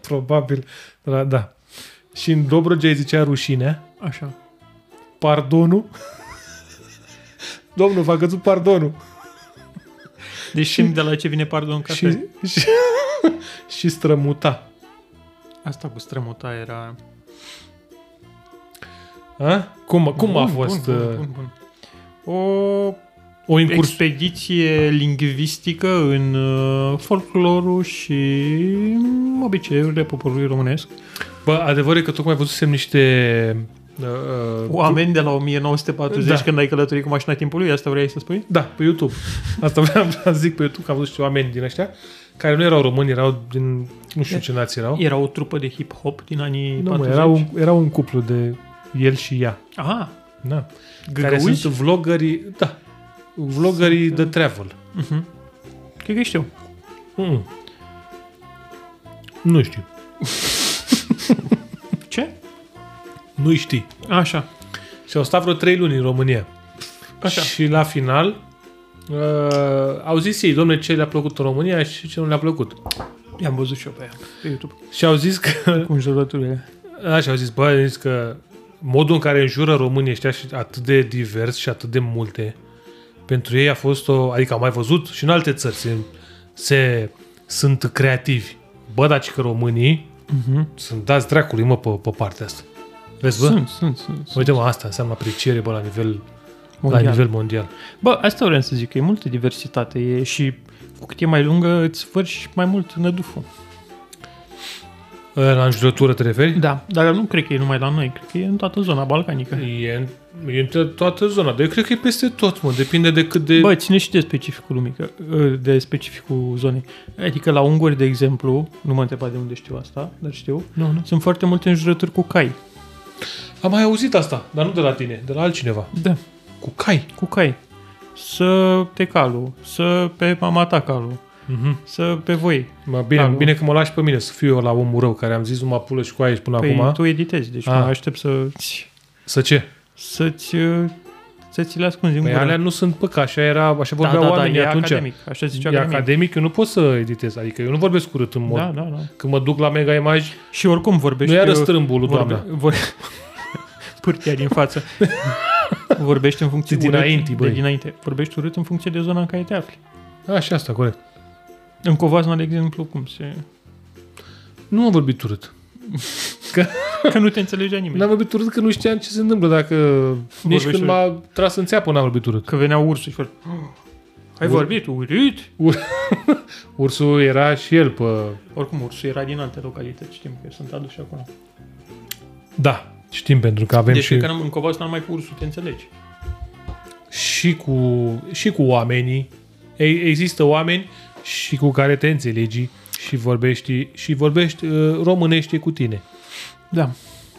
[SPEAKER 4] probabil, da, da. Și în Dobrogea îi zicea rușinea,
[SPEAKER 5] Așa.
[SPEAKER 4] pardonul. Domnul, v-a căzut pardonul.
[SPEAKER 5] Deci știm de la ce vine pardon ca
[SPEAKER 4] Și, și, și strămuta.
[SPEAKER 5] Asta cu strămuta era...
[SPEAKER 4] A? Cum, cum a fost
[SPEAKER 5] Bun,
[SPEAKER 4] uh,
[SPEAKER 5] bun, bun, bun. O
[SPEAKER 4] o incurs,
[SPEAKER 5] expediție lingvistică în uh, folclorul și mm, obiceiurile poporului românesc.
[SPEAKER 4] Bă, adevărul e că tocmai văzusem niște... Uh, uh,
[SPEAKER 5] Oameni de la 1940
[SPEAKER 4] Da.
[SPEAKER 5] da. când ai călătorit cu mașina timpului, asta vrei să spui?
[SPEAKER 4] da, pe YouTube. Asta vreau să zic pe YouTube, că am văzut niște oameni din ăștia care nu erau români, erau din... Nu știu ce nații erau.
[SPEAKER 5] Era o trupă de hip-hop din anii
[SPEAKER 4] Nu, mă,
[SPEAKER 5] 40.
[SPEAKER 4] erau, erau un cuplu de el și ea.
[SPEAKER 5] Ah,
[SPEAKER 4] Da. Care
[SPEAKER 5] găgăuzi?
[SPEAKER 4] sunt vloggerii... Da. Vloggerii de travel.
[SPEAKER 5] Cred că știu.
[SPEAKER 4] Mm. Nu știu.
[SPEAKER 5] Ce?
[SPEAKER 4] Nu știi.
[SPEAKER 5] Așa.
[SPEAKER 4] Și au stat vreo trei luni în România.
[SPEAKER 5] Așa.
[SPEAKER 4] Și la final uh, au zis ei, domne, ce le-a plăcut în România și ce nu le-a plăcut.
[SPEAKER 5] I-am văzut și eu pe ea pe YouTube.
[SPEAKER 4] Și au zis că...
[SPEAKER 5] Cu înjurăturile.
[SPEAKER 4] Așa, Da, au zis, bă, au zis că modul în care înjură românii ăștia și atât de divers și atât de multe, pentru ei a fost o... Adică am mai văzut și în alte țări se, se sunt creativi. Bă, dar ci că românii uh-huh. sunt dați dracului, mă, pe, pe partea asta. Vezi, bă?
[SPEAKER 5] Sunt, sunt, sunt.
[SPEAKER 4] Uite, mă, asta înseamnă apreciere, bă, la nivel mondial.
[SPEAKER 5] Mondial.
[SPEAKER 4] La nivel mondial.
[SPEAKER 5] Bă, asta vreau să zic, că e multă diversitate e și cu cât e mai lungă, îți faci mai mult năduful.
[SPEAKER 4] Ă, La înjurătură te referi?
[SPEAKER 5] Da, dar nu cred că e numai la noi, cred că e în toată zona balcanică.
[SPEAKER 4] E, în- e în toată zona, dar eu cred că e peste tot, mă, depinde de cât de...
[SPEAKER 5] Bă, ține și de specificul lumii, că- ă, de specificul zonei. Adică la unguri, de exemplu, nu mă întreba de unde știu asta, dar știu,
[SPEAKER 4] nu, nu.
[SPEAKER 5] sunt foarte multe înjurături cu cai.
[SPEAKER 4] Am mai auzit asta, dar nu de la tine, de la altcineva.
[SPEAKER 5] Da.
[SPEAKER 4] Cu cai.
[SPEAKER 5] Cu cai. Să te calu, să pe mama ta calu,
[SPEAKER 4] Mhm.
[SPEAKER 5] să pe voi.
[SPEAKER 4] Mă, bine,
[SPEAKER 5] Da,
[SPEAKER 4] da,
[SPEAKER 5] nu.
[SPEAKER 4] bine că mă lași pe mine să fiu eu la omul rău care am zis numai pulă și cu aia ești până
[SPEAKER 5] Păi
[SPEAKER 4] acum. Ah.
[SPEAKER 5] tu editezi, deci
[SPEAKER 4] A.
[SPEAKER 5] mă aștept să-ți,
[SPEAKER 4] Să ce?
[SPEAKER 5] să-ți, ă, să-ți le ascunzi în
[SPEAKER 4] Păi
[SPEAKER 5] gură.
[SPEAKER 4] alea nu sunt păcă, așa era, așa vorbeau oamenii
[SPEAKER 5] Da, e
[SPEAKER 4] atunci.
[SPEAKER 5] academic, așa zicea
[SPEAKER 4] e
[SPEAKER 5] academic.
[SPEAKER 4] academic, eu nu pot să editez, adică eu nu vorbesc urât în mod.
[SPEAKER 5] Da, da, da.
[SPEAKER 4] Când mă duc la Mega Image,
[SPEAKER 5] Și oricum vorbești...
[SPEAKER 4] Nu era
[SPEAKER 5] eu-
[SPEAKER 4] strâmbul lui
[SPEAKER 5] vorbe-
[SPEAKER 4] doamna.
[SPEAKER 5] Vor... Pârtia din față. Vorbești în funcție
[SPEAKER 4] De dinainte,
[SPEAKER 5] urât,
[SPEAKER 4] băi.
[SPEAKER 5] de dinainte. Vorbești urât în funcție de zona în care te afli.
[SPEAKER 4] așa asta, corect.
[SPEAKER 5] În Covazna, de exemplu, cum se...
[SPEAKER 4] Nu am vorbit urât.
[SPEAKER 5] Că nu te înțelegea nimeni.
[SPEAKER 4] N-am vorbit urât că nu știam ce se întâmplă dacă... Nici
[SPEAKER 5] Vorbești
[SPEAKER 4] când m-a tras în țeapă n-am vorbit urât.
[SPEAKER 5] Că venea ursul și fără... Ai
[SPEAKER 4] Ur-
[SPEAKER 5] vorbit urât?
[SPEAKER 4] Ur... Ursul era și el pe...
[SPEAKER 5] Oricum, ursul era din alte localități, știm că sunt aduși acolo.
[SPEAKER 4] Da, știm pentru că avem
[SPEAKER 5] deci
[SPEAKER 4] și...
[SPEAKER 5] și... că în Covazna numai cu ursul te înțelegi.
[SPEAKER 4] și cu, și cu oamenii. E- Există oameni și cu care te înțelegi și vorbești, și vorbești uh, românește cu tine.
[SPEAKER 5] Da.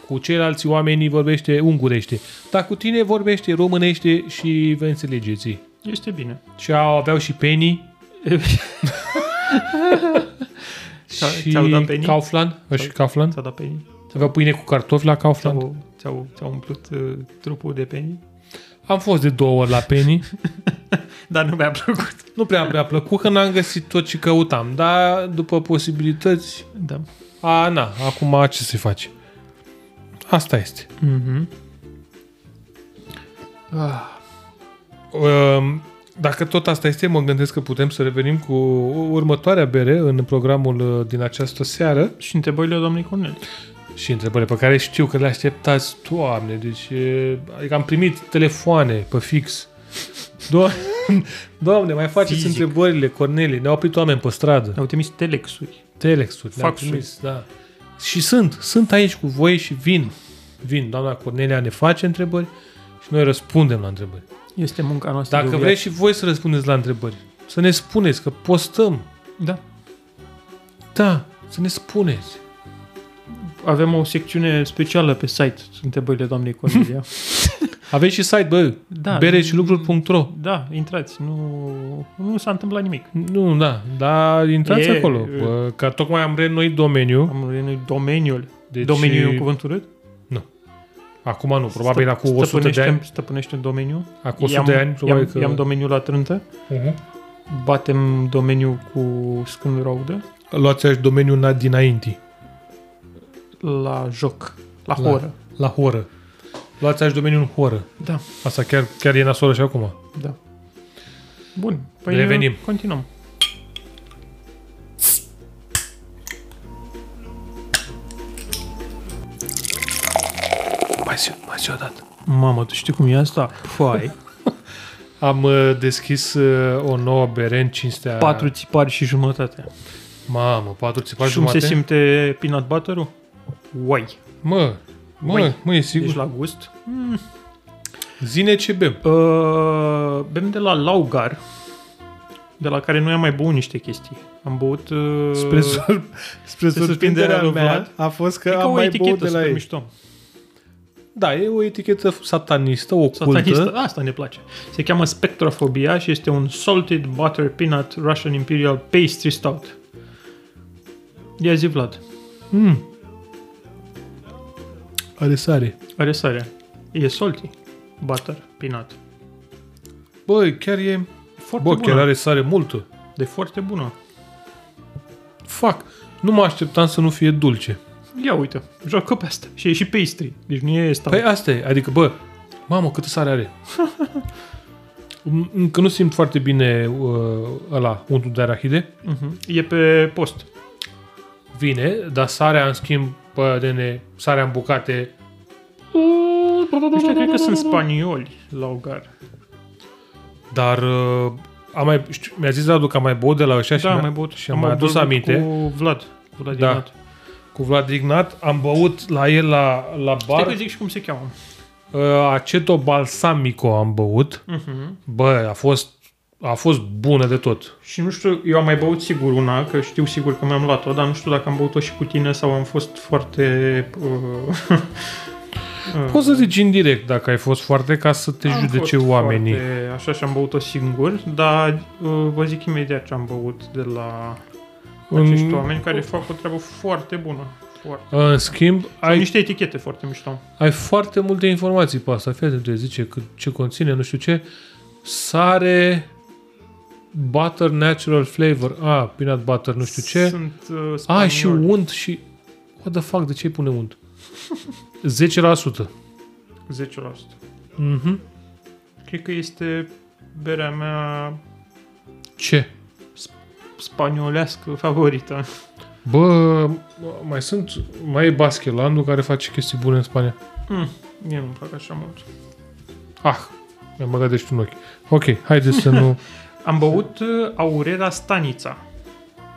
[SPEAKER 4] Cu ceilalți oameni vorbește ungurește. Dar cu tine vorbește românește și vă înțelegeți.
[SPEAKER 5] Este bine.
[SPEAKER 4] Și au, aveau și penii.
[SPEAKER 5] Ți-au-
[SPEAKER 4] și
[SPEAKER 5] ți-au dat penii?
[SPEAKER 4] Kaufland. Și Kaufland.
[SPEAKER 5] Ți-a dat penii? Exact.
[SPEAKER 4] Aveau pâine cu cartofi la Kaufland.
[SPEAKER 5] Ți-au, ți-au, ți-au umplut uh, trupul de penii?
[SPEAKER 4] Am fost de două ori la Penny.
[SPEAKER 5] Dar nu mi-a plăcut.
[SPEAKER 4] Nu prea mi-a plăcut că n-am găsit tot ce căutam, dar după posibilități,
[SPEAKER 5] Da.
[SPEAKER 4] a, na, acum ce se face? Asta este.
[SPEAKER 5] Mhm.
[SPEAKER 4] Um, Ah. Dacă tot asta este, mă gândesc că putem să revenim cu următoarea bere în programul uh, din această seară
[SPEAKER 5] Și întrebările domnului Cornel.
[SPEAKER 4] și întrebările pe care știu că le așteptați, Doamne, deci e, adică am primit telefoane pe fix. Do- Doamne, mai faceți
[SPEAKER 5] Fizic.
[SPEAKER 4] întrebările, Cornelie, ne-au oprit oameni pe stradă.
[SPEAKER 5] Ne-au trimis telexuri.
[SPEAKER 4] Telexuri, le-am
[SPEAKER 5] Faxuri.
[SPEAKER 4] trimis, da. Și sunt, sunt aici cu voi și vin. Vin, doamna Cornelia ne face întrebări și noi răspundem la întrebări.
[SPEAKER 5] Este munca noastră de
[SPEAKER 4] Dacă
[SPEAKER 5] o
[SPEAKER 4] vreți și voi să răspundeți la întrebări, să ne spuneți că postăm.
[SPEAKER 5] viață. Da.
[SPEAKER 4] Da, să ne spuneți.
[SPEAKER 5] Avem o secțiune specială pe site, întrebările doamnei Cornelia.
[SPEAKER 4] Aveți și site, bă,
[SPEAKER 5] Da.
[SPEAKER 4] da, bereșilucruri.ro
[SPEAKER 5] da, intrați. Nu, nu s-a întâmplat nimic.
[SPEAKER 4] Nu, da, dar intrați
[SPEAKER 5] E-
[SPEAKER 4] e, acolo. Bă, că tocmai am reînnoit domeniul.
[SPEAKER 5] Am noi domeniul. Deci...
[SPEAKER 4] Deci-
[SPEAKER 5] Domeniul e un cuvânt urât?
[SPEAKER 4] Acum nu, probabil
[SPEAKER 5] Stăp-
[SPEAKER 4] acum 100 de
[SPEAKER 5] stăpânește-
[SPEAKER 4] ani.
[SPEAKER 5] Stăpânește în domeniu.
[SPEAKER 4] Acum 100 de ani,
[SPEAKER 5] i-am,
[SPEAKER 4] probabil că...
[SPEAKER 5] i-am domeniul la trântă.
[SPEAKER 4] uh-huh.
[SPEAKER 5] Batem domeniul cu scândura udă.
[SPEAKER 4] Luați aici domeniul na- dinainte,
[SPEAKER 5] La joc. La
[SPEAKER 4] La-
[SPEAKER 5] horă.
[SPEAKER 4] la horă. Luați aici domeniul în horă.
[SPEAKER 5] Da,
[SPEAKER 4] Asta chiar, chiar e nasolă și acum.
[SPEAKER 5] da. Bun. Păi
[SPEAKER 4] Revenim.
[SPEAKER 5] Continuăm.
[SPEAKER 4] Mai zi, mai zi odată.
[SPEAKER 5] Mamă, tu știi cum e asta? Fai.
[SPEAKER 4] Am uh, deschis uh, o nouă bere în cinstea...
[SPEAKER 5] Patru țipari și jumătate.
[SPEAKER 4] Mamă, patru țipari
[SPEAKER 5] și cum
[SPEAKER 4] jumate?
[SPEAKER 5] se simte peanut butter-ul? Uai.
[SPEAKER 4] Mă, mă,
[SPEAKER 5] Măi,
[SPEAKER 4] mă, e
[SPEAKER 5] Deci
[SPEAKER 4] sigur. La...
[SPEAKER 5] la gust.
[SPEAKER 4] Zine ce bem.
[SPEAKER 5] Uh, bem de la Laugar, de la care noi am mai băut niște chestii. Am băut... Uh,
[SPEAKER 4] Spre, sur... spre
[SPEAKER 5] surprinderea
[SPEAKER 4] surprinderea
[SPEAKER 5] lui
[SPEAKER 4] mea
[SPEAKER 5] Vlad.
[SPEAKER 4] a fost că
[SPEAKER 5] e ca
[SPEAKER 4] am
[SPEAKER 5] o
[SPEAKER 4] mai băut
[SPEAKER 5] etichetă
[SPEAKER 4] de la
[SPEAKER 5] super
[SPEAKER 4] ei.
[SPEAKER 5] mișto.
[SPEAKER 4] Da, e o etichetă satanistă, ocultă.
[SPEAKER 5] Satanistă. Asta ne place. Se cheamă Spectrofobia și este un Salted Butter Peanut Russian Imperial Pastry Stout. Ia zi, Vlad.
[SPEAKER 4] Mm. Are sare.
[SPEAKER 5] Are sare. E salty. Butter. Peanut.
[SPEAKER 4] Băi, chiar e...
[SPEAKER 5] Foarte
[SPEAKER 4] Bă,
[SPEAKER 5] bună.
[SPEAKER 4] chiar are sare multă.
[SPEAKER 5] De foarte bună.
[SPEAKER 4] Fac. Nu mă așteptam să nu fie dulce.
[SPEAKER 5] Ia uite, joacă pe asta. Și e și pastry. Deci nu e stout.
[SPEAKER 4] Păi asta e, adică, bă, mamă, câtă sare are. M- Încă nu simt foarte bine uh, ăla, untul de arahide.
[SPEAKER 5] Mhm.
[SPEAKER 4] Păi,
[SPEAKER 5] E pe post.
[SPEAKER 4] Vine, dar sarea, în schimb, bă, nene, sarea în bucate,
[SPEAKER 5] Ăștia cred că sunt spanioli la Ogar.
[SPEAKER 4] dar uh, am mai, știu, mi-a zis Radu că am mai băut de la ăștia și
[SPEAKER 5] Da, am
[SPEAKER 4] mi-a-
[SPEAKER 5] mai băut.
[SPEAKER 4] și am mai adus
[SPEAKER 5] vorbit
[SPEAKER 4] aminte. Cu...
[SPEAKER 5] Cu Vlad. Vlad
[SPEAKER 4] Da.
[SPEAKER 5] da.
[SPEAKER 4] cu Vlad Ignat, am băut la el la, la
[SPEAKER 5] Stai că
[SPEAKER 4] bar,
[SPEAKER 5] zic și cum se cheamă.
[SPEAKER 4] uh, aceto balsamico am băut,
[SPEAKER 5] Uh-huh.
[SPEAKER 4] bă, a fost, a fost bună de tot.
[SPEAKER 5] Și nu știu, eu am mai băut sigur una, că știu sigur că mi-am luat-o, dar nu știu dacă am băut-o și cu tine sau am fost foarte... Uh,
[SPEAKER 4] Poți să zici indirect dacă ai fost foarte ca să te
[SPEAKER 5] Mm. am
[SPEAKER 4] judece
[SPEAKER 5] fost
[SPEAKER 4] oamenii.
[SPEAKER 5] Foarte, așa și am băut-o singur, dar uh, vă zic imediat ce am băut de la acești
[SPEAKER 4] În-
[SPEAKER 5] oameni care fac o treabă foarte bună. Foarte.
[SPEAKER 4] În schimb,
[SPEAKER 5] Ai...
[SPEAKER 4] ai,
[SPEAKER 5] Niște etichete foarte mișto.
[SPEAKER 4] ai foarte multe informații pe asta. Fii atent, te zice cât, ce conține, nu știu ce. Sare, butter, natural flavor. A, ah, peanut butter, nu știu ce.
[SPEAKER 5] Sunt uh,
[SPEAKER 4] A,
[SPEAKER 5] spanioli.
[SPEAKER 4] ah, și unt și... What the fuck, de ce îi pune unt? 10%.
[SPEAKER 5] 10%.
[SPEAKER 4] Mhm.
[SPEAKER 5] Cred că este berea mea
[SPEAKER 4] Ce?
[SPEAKER 5] spaniolească favorită.
[SPEAKER 4] Bă, mai sunt, mai e Baschelandu care face chestii bune în Spania.
[SPEAKER 5] Mm, mie nu-mi plac așa mult.
[SPEAKER 4] Ah, mi-am băgat deci un ochi. Ok, haideți să nu...
[SPEAKER 5] Am băut uh, Aurera Stanița.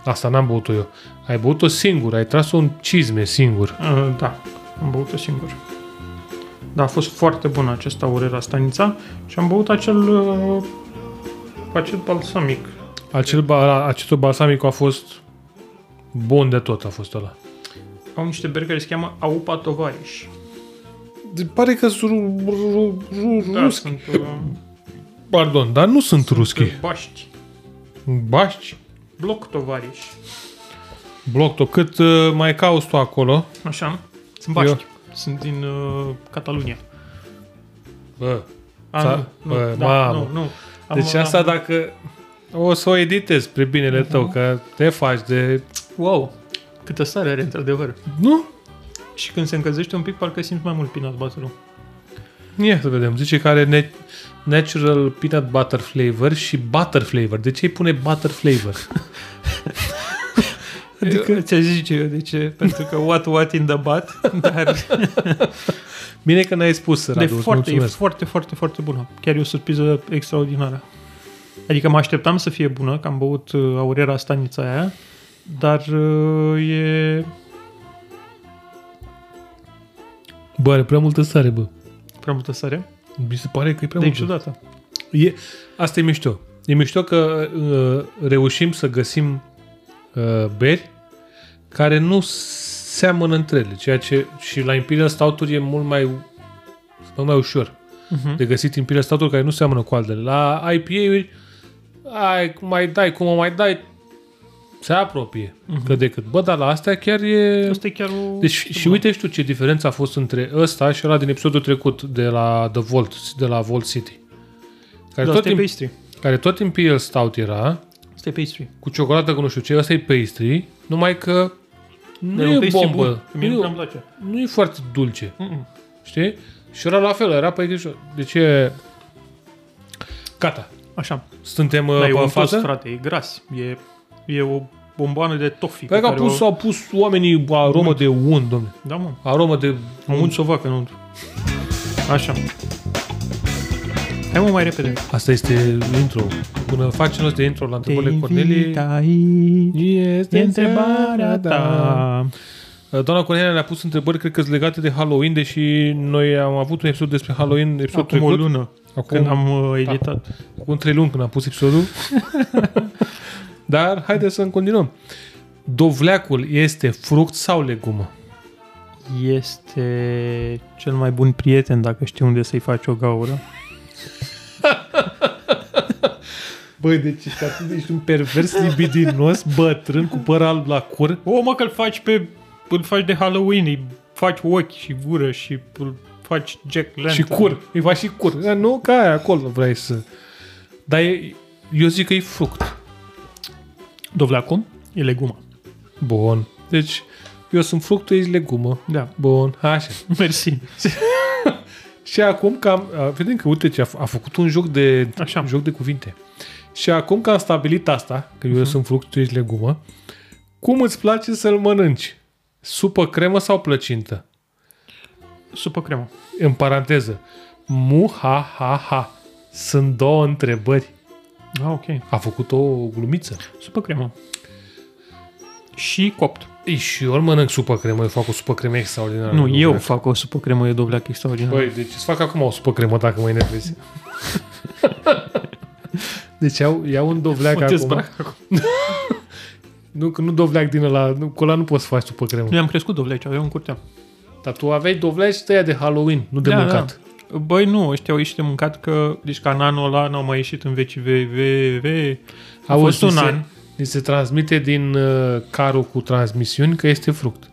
[SPEAKER 4] Asta n-am băut-o eu. Ai băut-o singur, ai tras-o în cizme singur.
[SPEAKER 5] Uh, da, am băut-o singur. Dar a fost foarte bună această Aurera Stanița și am băut acel, uh, acel balsamic.
[SPEAKER 4] Acel ba, acetul balsamic a fost bun de tot a fost ăla.
[SPEAKER 5] Au niște beri care se cheamă Aupa Tovariș.
[SPEAKER 4] De, pare că sunt ru, ru, ru,
[SPEAKER 5] Da,
[SPEAKER 4] ruschi.
[SPEAKER 5] sunt uh,
[SPEAKER 4] Pardon, dar nu sunt ruschi.
[SPEAKER 5] baști.
[SPEAKER 4] Baști,
[SPEAKER 5] Bloc Tovariș.
[SPEAKER 4] bloc tot. Cât uh, mai cauți tu acolo?
[SPEAKER 5] Așa, sunt baști. Sunt din uh, Catalunia.
[SPEAKER 4] Bă,
[SPEAKER 5] A,
[SPEAKER 4] Sa-
[SPEAKER 5] nu,
[SPEAKER 4] Bă,
[SPEAKER 5] nu, da,
[SPEAKER 4] mamă.
[SPEAKER 5] nu, nu. Am- da.
[SPEAKER 4] Deci
[SPEAKER 5] am-
[SPEAKER 4] asta dacă... O să o editez spre binele tău, că te faci de...
[SPEAKER 5] Mhm. Wow, câtă sare are, într-adevăr.
[SPEAKER 4] Nu?
[SPEAKER 5] Și când se încălzește un pic, parcă simți mai mult peanut butter
[SPEAKER 4] Ia să vedem. Zice că are ne- natural peanut butter flavor și butter flavor. De ce îi pune butter flavor?
[SPEAKER 5] Adică ți-a zice eu de ce, pentru că what what in the butt, dar
[SPEAKER 4] Bine că n-ai spus, Radu,
[SPEAKER 5] de
[SPEAKER 4] îți
[SPEAKER 5] foarte, e
[SPEAKER 4] mulțumesc.
[SPEAKER 5] foarte, foarte, foarte bună. Chiar e o surpriză extraordinară. Adică mă așteptam să fie bună, că am băut uh, aurera stanița aia, dar uh, e
[SPEAKER 4] Bă, are prea multă sare, bă.
[SPEAKER 5] prea multă sare. Deci,
[SPEAKER 4] Mi se pare că e prea
[SPEAKER 5] De
[SPEAKER 4] multă.
[SPEAKER 5] ciudată.
[SPEAKER 4] E, asta e mișto. E mișto că uh, reușim să găsim uh, beri care nu seamănă între ele, ceea ce și la Imperial stout e mult mai mult mai ușor
[SPEAKER 5] Mhm.
[SPEAKER 4] uh-huh. de găsit Imperial stout care nu seamănă cu altele. La IPA-uri ai, cum mai dai, cum o mai dai, se apropie uh-huh. cât de cât. Bă, dar la astea chiar e...
[SPEAKER 5] Mhm. Asta e chiar o...
[SPEAKER 4] Deci și, și uite și tu ce diferență a fost între ăsta și ăla din episodul trecut de la The Vault, de la Vault City. Care,
[SPEAKER 5] da,
[SPEAKER 4] tot,
[SPEAKER 5] asta e
[SPEAKER 4] timp,
[SPEAKER 5] pastry.
[SPEAKER 4] care tot Imperial Stout era,
[SPEAKER 5] Asta e pastry.
[SPEAKER 4] cu ciocolată cu nu știu ce, ăsta e pastry, numai că nu
[SPEAKER 5] Dar
[SPEAKER 4] e,
[SPEAKER 5] Da, un pastry
[SPEAKER 4] bombă,
[SPEAKER 5] Bun,
[SPEAKER 4] nu,
[SPEAKER 5] mie nu prea
[SPEAKER 4] e-
[SPEAKER 5] îmi place.
[SPEAKER 4] nu e foarte dulce,
[SPEAKER 5] Mm-mm.
[SPEAKER 4] știi? Și era la fel, era pe Deci e... Gata,
[SPEAKER 5] Așa.
[SPEAKER 4] suntem
[SPEAKER 5] Dar Da, e
[SPEAKER 4] uh,
[SPEAKER 5] un
[SPEAKER 4] pe
[SPEAKER 5] toast,
[SPEAKER 4] față.
[SPEAKER 5] frate, e gras. E, e o bomboană de toffee.
[SPEAKER 4] Cred Păi că au
[SPEAKER 5] care
[SPEAKER 4] pus,
[SPEAKER 5] o...
[SPEAKER 4] au pus oamenii aromă de unt, domne.
[SPEAKER 5] Da, mă.
[SPEAKER 4] Aromă de
[SPEAKER 5] Am unt să o fac înăuntru. Așa. Hai mă mai repede.
[SPEAKER 4] Asta este intro. Până facem noi de intro la întrebările Cornelie.
[SPEAKER 5] aici,
[SPEAKER 4] Este Uh,
[SPEAKER 5] e întrebarea ta.
[SPEAKER 4] Doamna Cornelia ne-a pus întrebări, cred că legate de Halloween, deși noi am avut un episod despre Halloween, episodul
[SPEAKER 5] Acum o
[SPEAKER 4] trecut. Da.
[SPEAKER 5] lună,
[SPEAKER 4] Acum,
[SPEAKER 5] când am uh, editat.
[SPEAKER 4] acum trei luni când am pus episodul. Dar haideți să continuăm. Dovleacul este fruct sau legumă?
[SPEAKER 5] Este cel mai bun prieten dacă știi unde să-i faci o gaură.
[SPEAKER 4] Băi, deci ești, atât, ești un pervers libidinos, bătrân, cu păr alb la cur.
[SPEAKER 5] O, mă, că îl faci pe... Îl faci de Halloween, îi faci ochi și gură și îl faci Jack Lantern.
[SPEAKER 4] Și cur, îi faci și cur. Da, Nu, ca aia, acolo vrei să... Dar e, eu zic că e fruct.
[SPEAKER 5] Dovleacul e legumă.
[SPEAKER 4] Bun. Deci, eu sunt fruct, tu ești legumă.
[SPEAKER 5] Da.
[SPEAKER 4] Bun, așa.
[SPEAKER 5] Mersi.
[SPEAKER 4] Și acum că am... a, Vedem că, uite ce, a, f- a făcut un joc de,
[SPEAKER 5] Așa.
[SPEAKER 4] un joc de cuvinte. Și acum că am stabilit asta, că eu sunt fruct, tu ești legumă, cum îți place să-l mănânci? Supă, cremă sau plăcintă?
[SPEAKER 5] Supă cremă.
[SPEAKER 4] În paranteză. Muhahaha. Sunt două întrebări.
[SPEAKER 5] Ah, ok.
[SPEAKER 4] A făcut o glumiță.
[SPEAKER 5] Supă cremă. Și copt.
[SPEAKER 4] Ei, și eu îl mănânc supă cremă, eu fac o supă cremă extraordinară.
[SPEAKER 5] Nu, eu
[SPEAKER 4] Da, Dovleac.
[SPEAKER 5] fac o supă cremă de dovleac extraordinar.
[SPEAKER 4] Băi, deci îți fac acum o supă cremă dacă mă enervezi. deci iau, iau un dovleac
[SPEAKER 5] Mă
[SPEAKER 4] acum.
[SPEAKER 5] dezbrac acum.
[SPEAKER 4] Nu, că nu dovleac din ăla, nu, cu ăla nu poți să faci supă cremă.
[SPEAKER 5] Noi am crescut dovleci, aveam în curtea.
[SPEAKER 4] Dar tu aveai dovleaci tăia de Halloween, nu de mâncat.
[SPEAKER 5] Da. Băi, nu, ăștia au ieșit de mâncat că, deci ca în anul ăla n-au mai ieșit în veci ve, ve, ve. A
[SPEAKER 4] Auzi,
[SPEAKER 5] fost
[SPEAKER 4] ni
[SPEAKER 5] un
[SPEAKER 4] se-
[SPEAKER 5] an.
[SPEAKER 4] Ni se transmite din uh, carul cu transmisiuni că este fruct.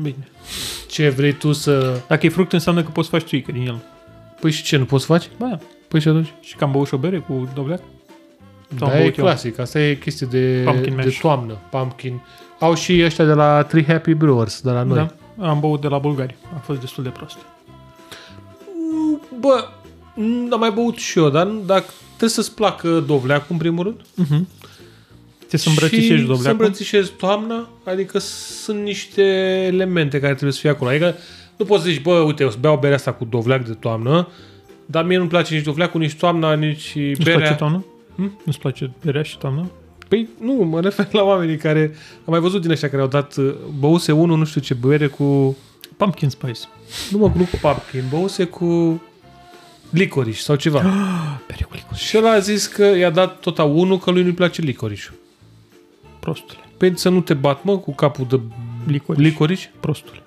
[SPEAKER 5] Bine.
[SPEAKER 4] Ce vrei tu să...
[SPEAKER 5] Dacă e fruct înseamnă că poți face țuică din el.
[SPEAKER 4] Păi și ce, nu poți face?
[SPEAKER 5] Ba, da.
[SPEAKER 4] Păi și atunci?
[SPEAKER 5] și că am băut și o bere cu dovleac. Sau am
[SPEAKER 4] Da, e
[SPEAKER 5] băut eu.
[SPEAKER 4] clasic. Asta e chestie de,
[SPEAKER 5] Pumpkin
[SPEAKER 4] de
[SPEAKER 5] mash.
[SPEAKER 4] toamnă. Pumpkin. Au și ăștia de la Three Happy Brewers, de la noi.
[SPEAKER 5] Da. Am băut de la bulgari. A fost destul de prost.
[SPEAKER 4] Bă, m, am mai băut și eu, dar nu- dacă trebuie să-ți placă dovleacul, în primul rând.
[SPEAKER 5] Te să îmbrățișești
[SPEAKER 4] și să
[SPEAKER 5] dovleacul?
[SPEAKER 4] îmbrățișezi toamna, adică sunt niște elemente care trebuie să fie acolo. Adică nu poți să zici, bă, uite, o să beau berea asta cu dovleac de toamnă, dar mie nu-mi place nici dovleacul, nici toamna, nici
[SPEAKER 5] Nu-ți place
[SPEAKER 4] berea.
[SPEAKER 5] toamna? Hm? Nu-ți place berea și toamna?
[SPEAKER 4] Păi nu, mă refer la oamenii care... Am mai văzut din ăștia care au dat... uh, Băuse unul, nu știu ce, bere cu...
[SPEAKER 5] Pumpkin spice.
[SPEAKER 4] Nu mă nu cu pumpkin, băuse cu licoriș sau ceva.
[SPEAKER 5] Bere cu licor.
[SPEAKER 4] și el a zis că i-a dat tot a unul că lui nu-i place licorișul.
[SPEAKER 5] Prostule.
[SPEAKER 4] Păi să nu te bat, mă, cu capul de
[SPEAKER 5] Licoriș.
[SPEAKER 4] licoriș.
[SPEAKER 5] Prostule.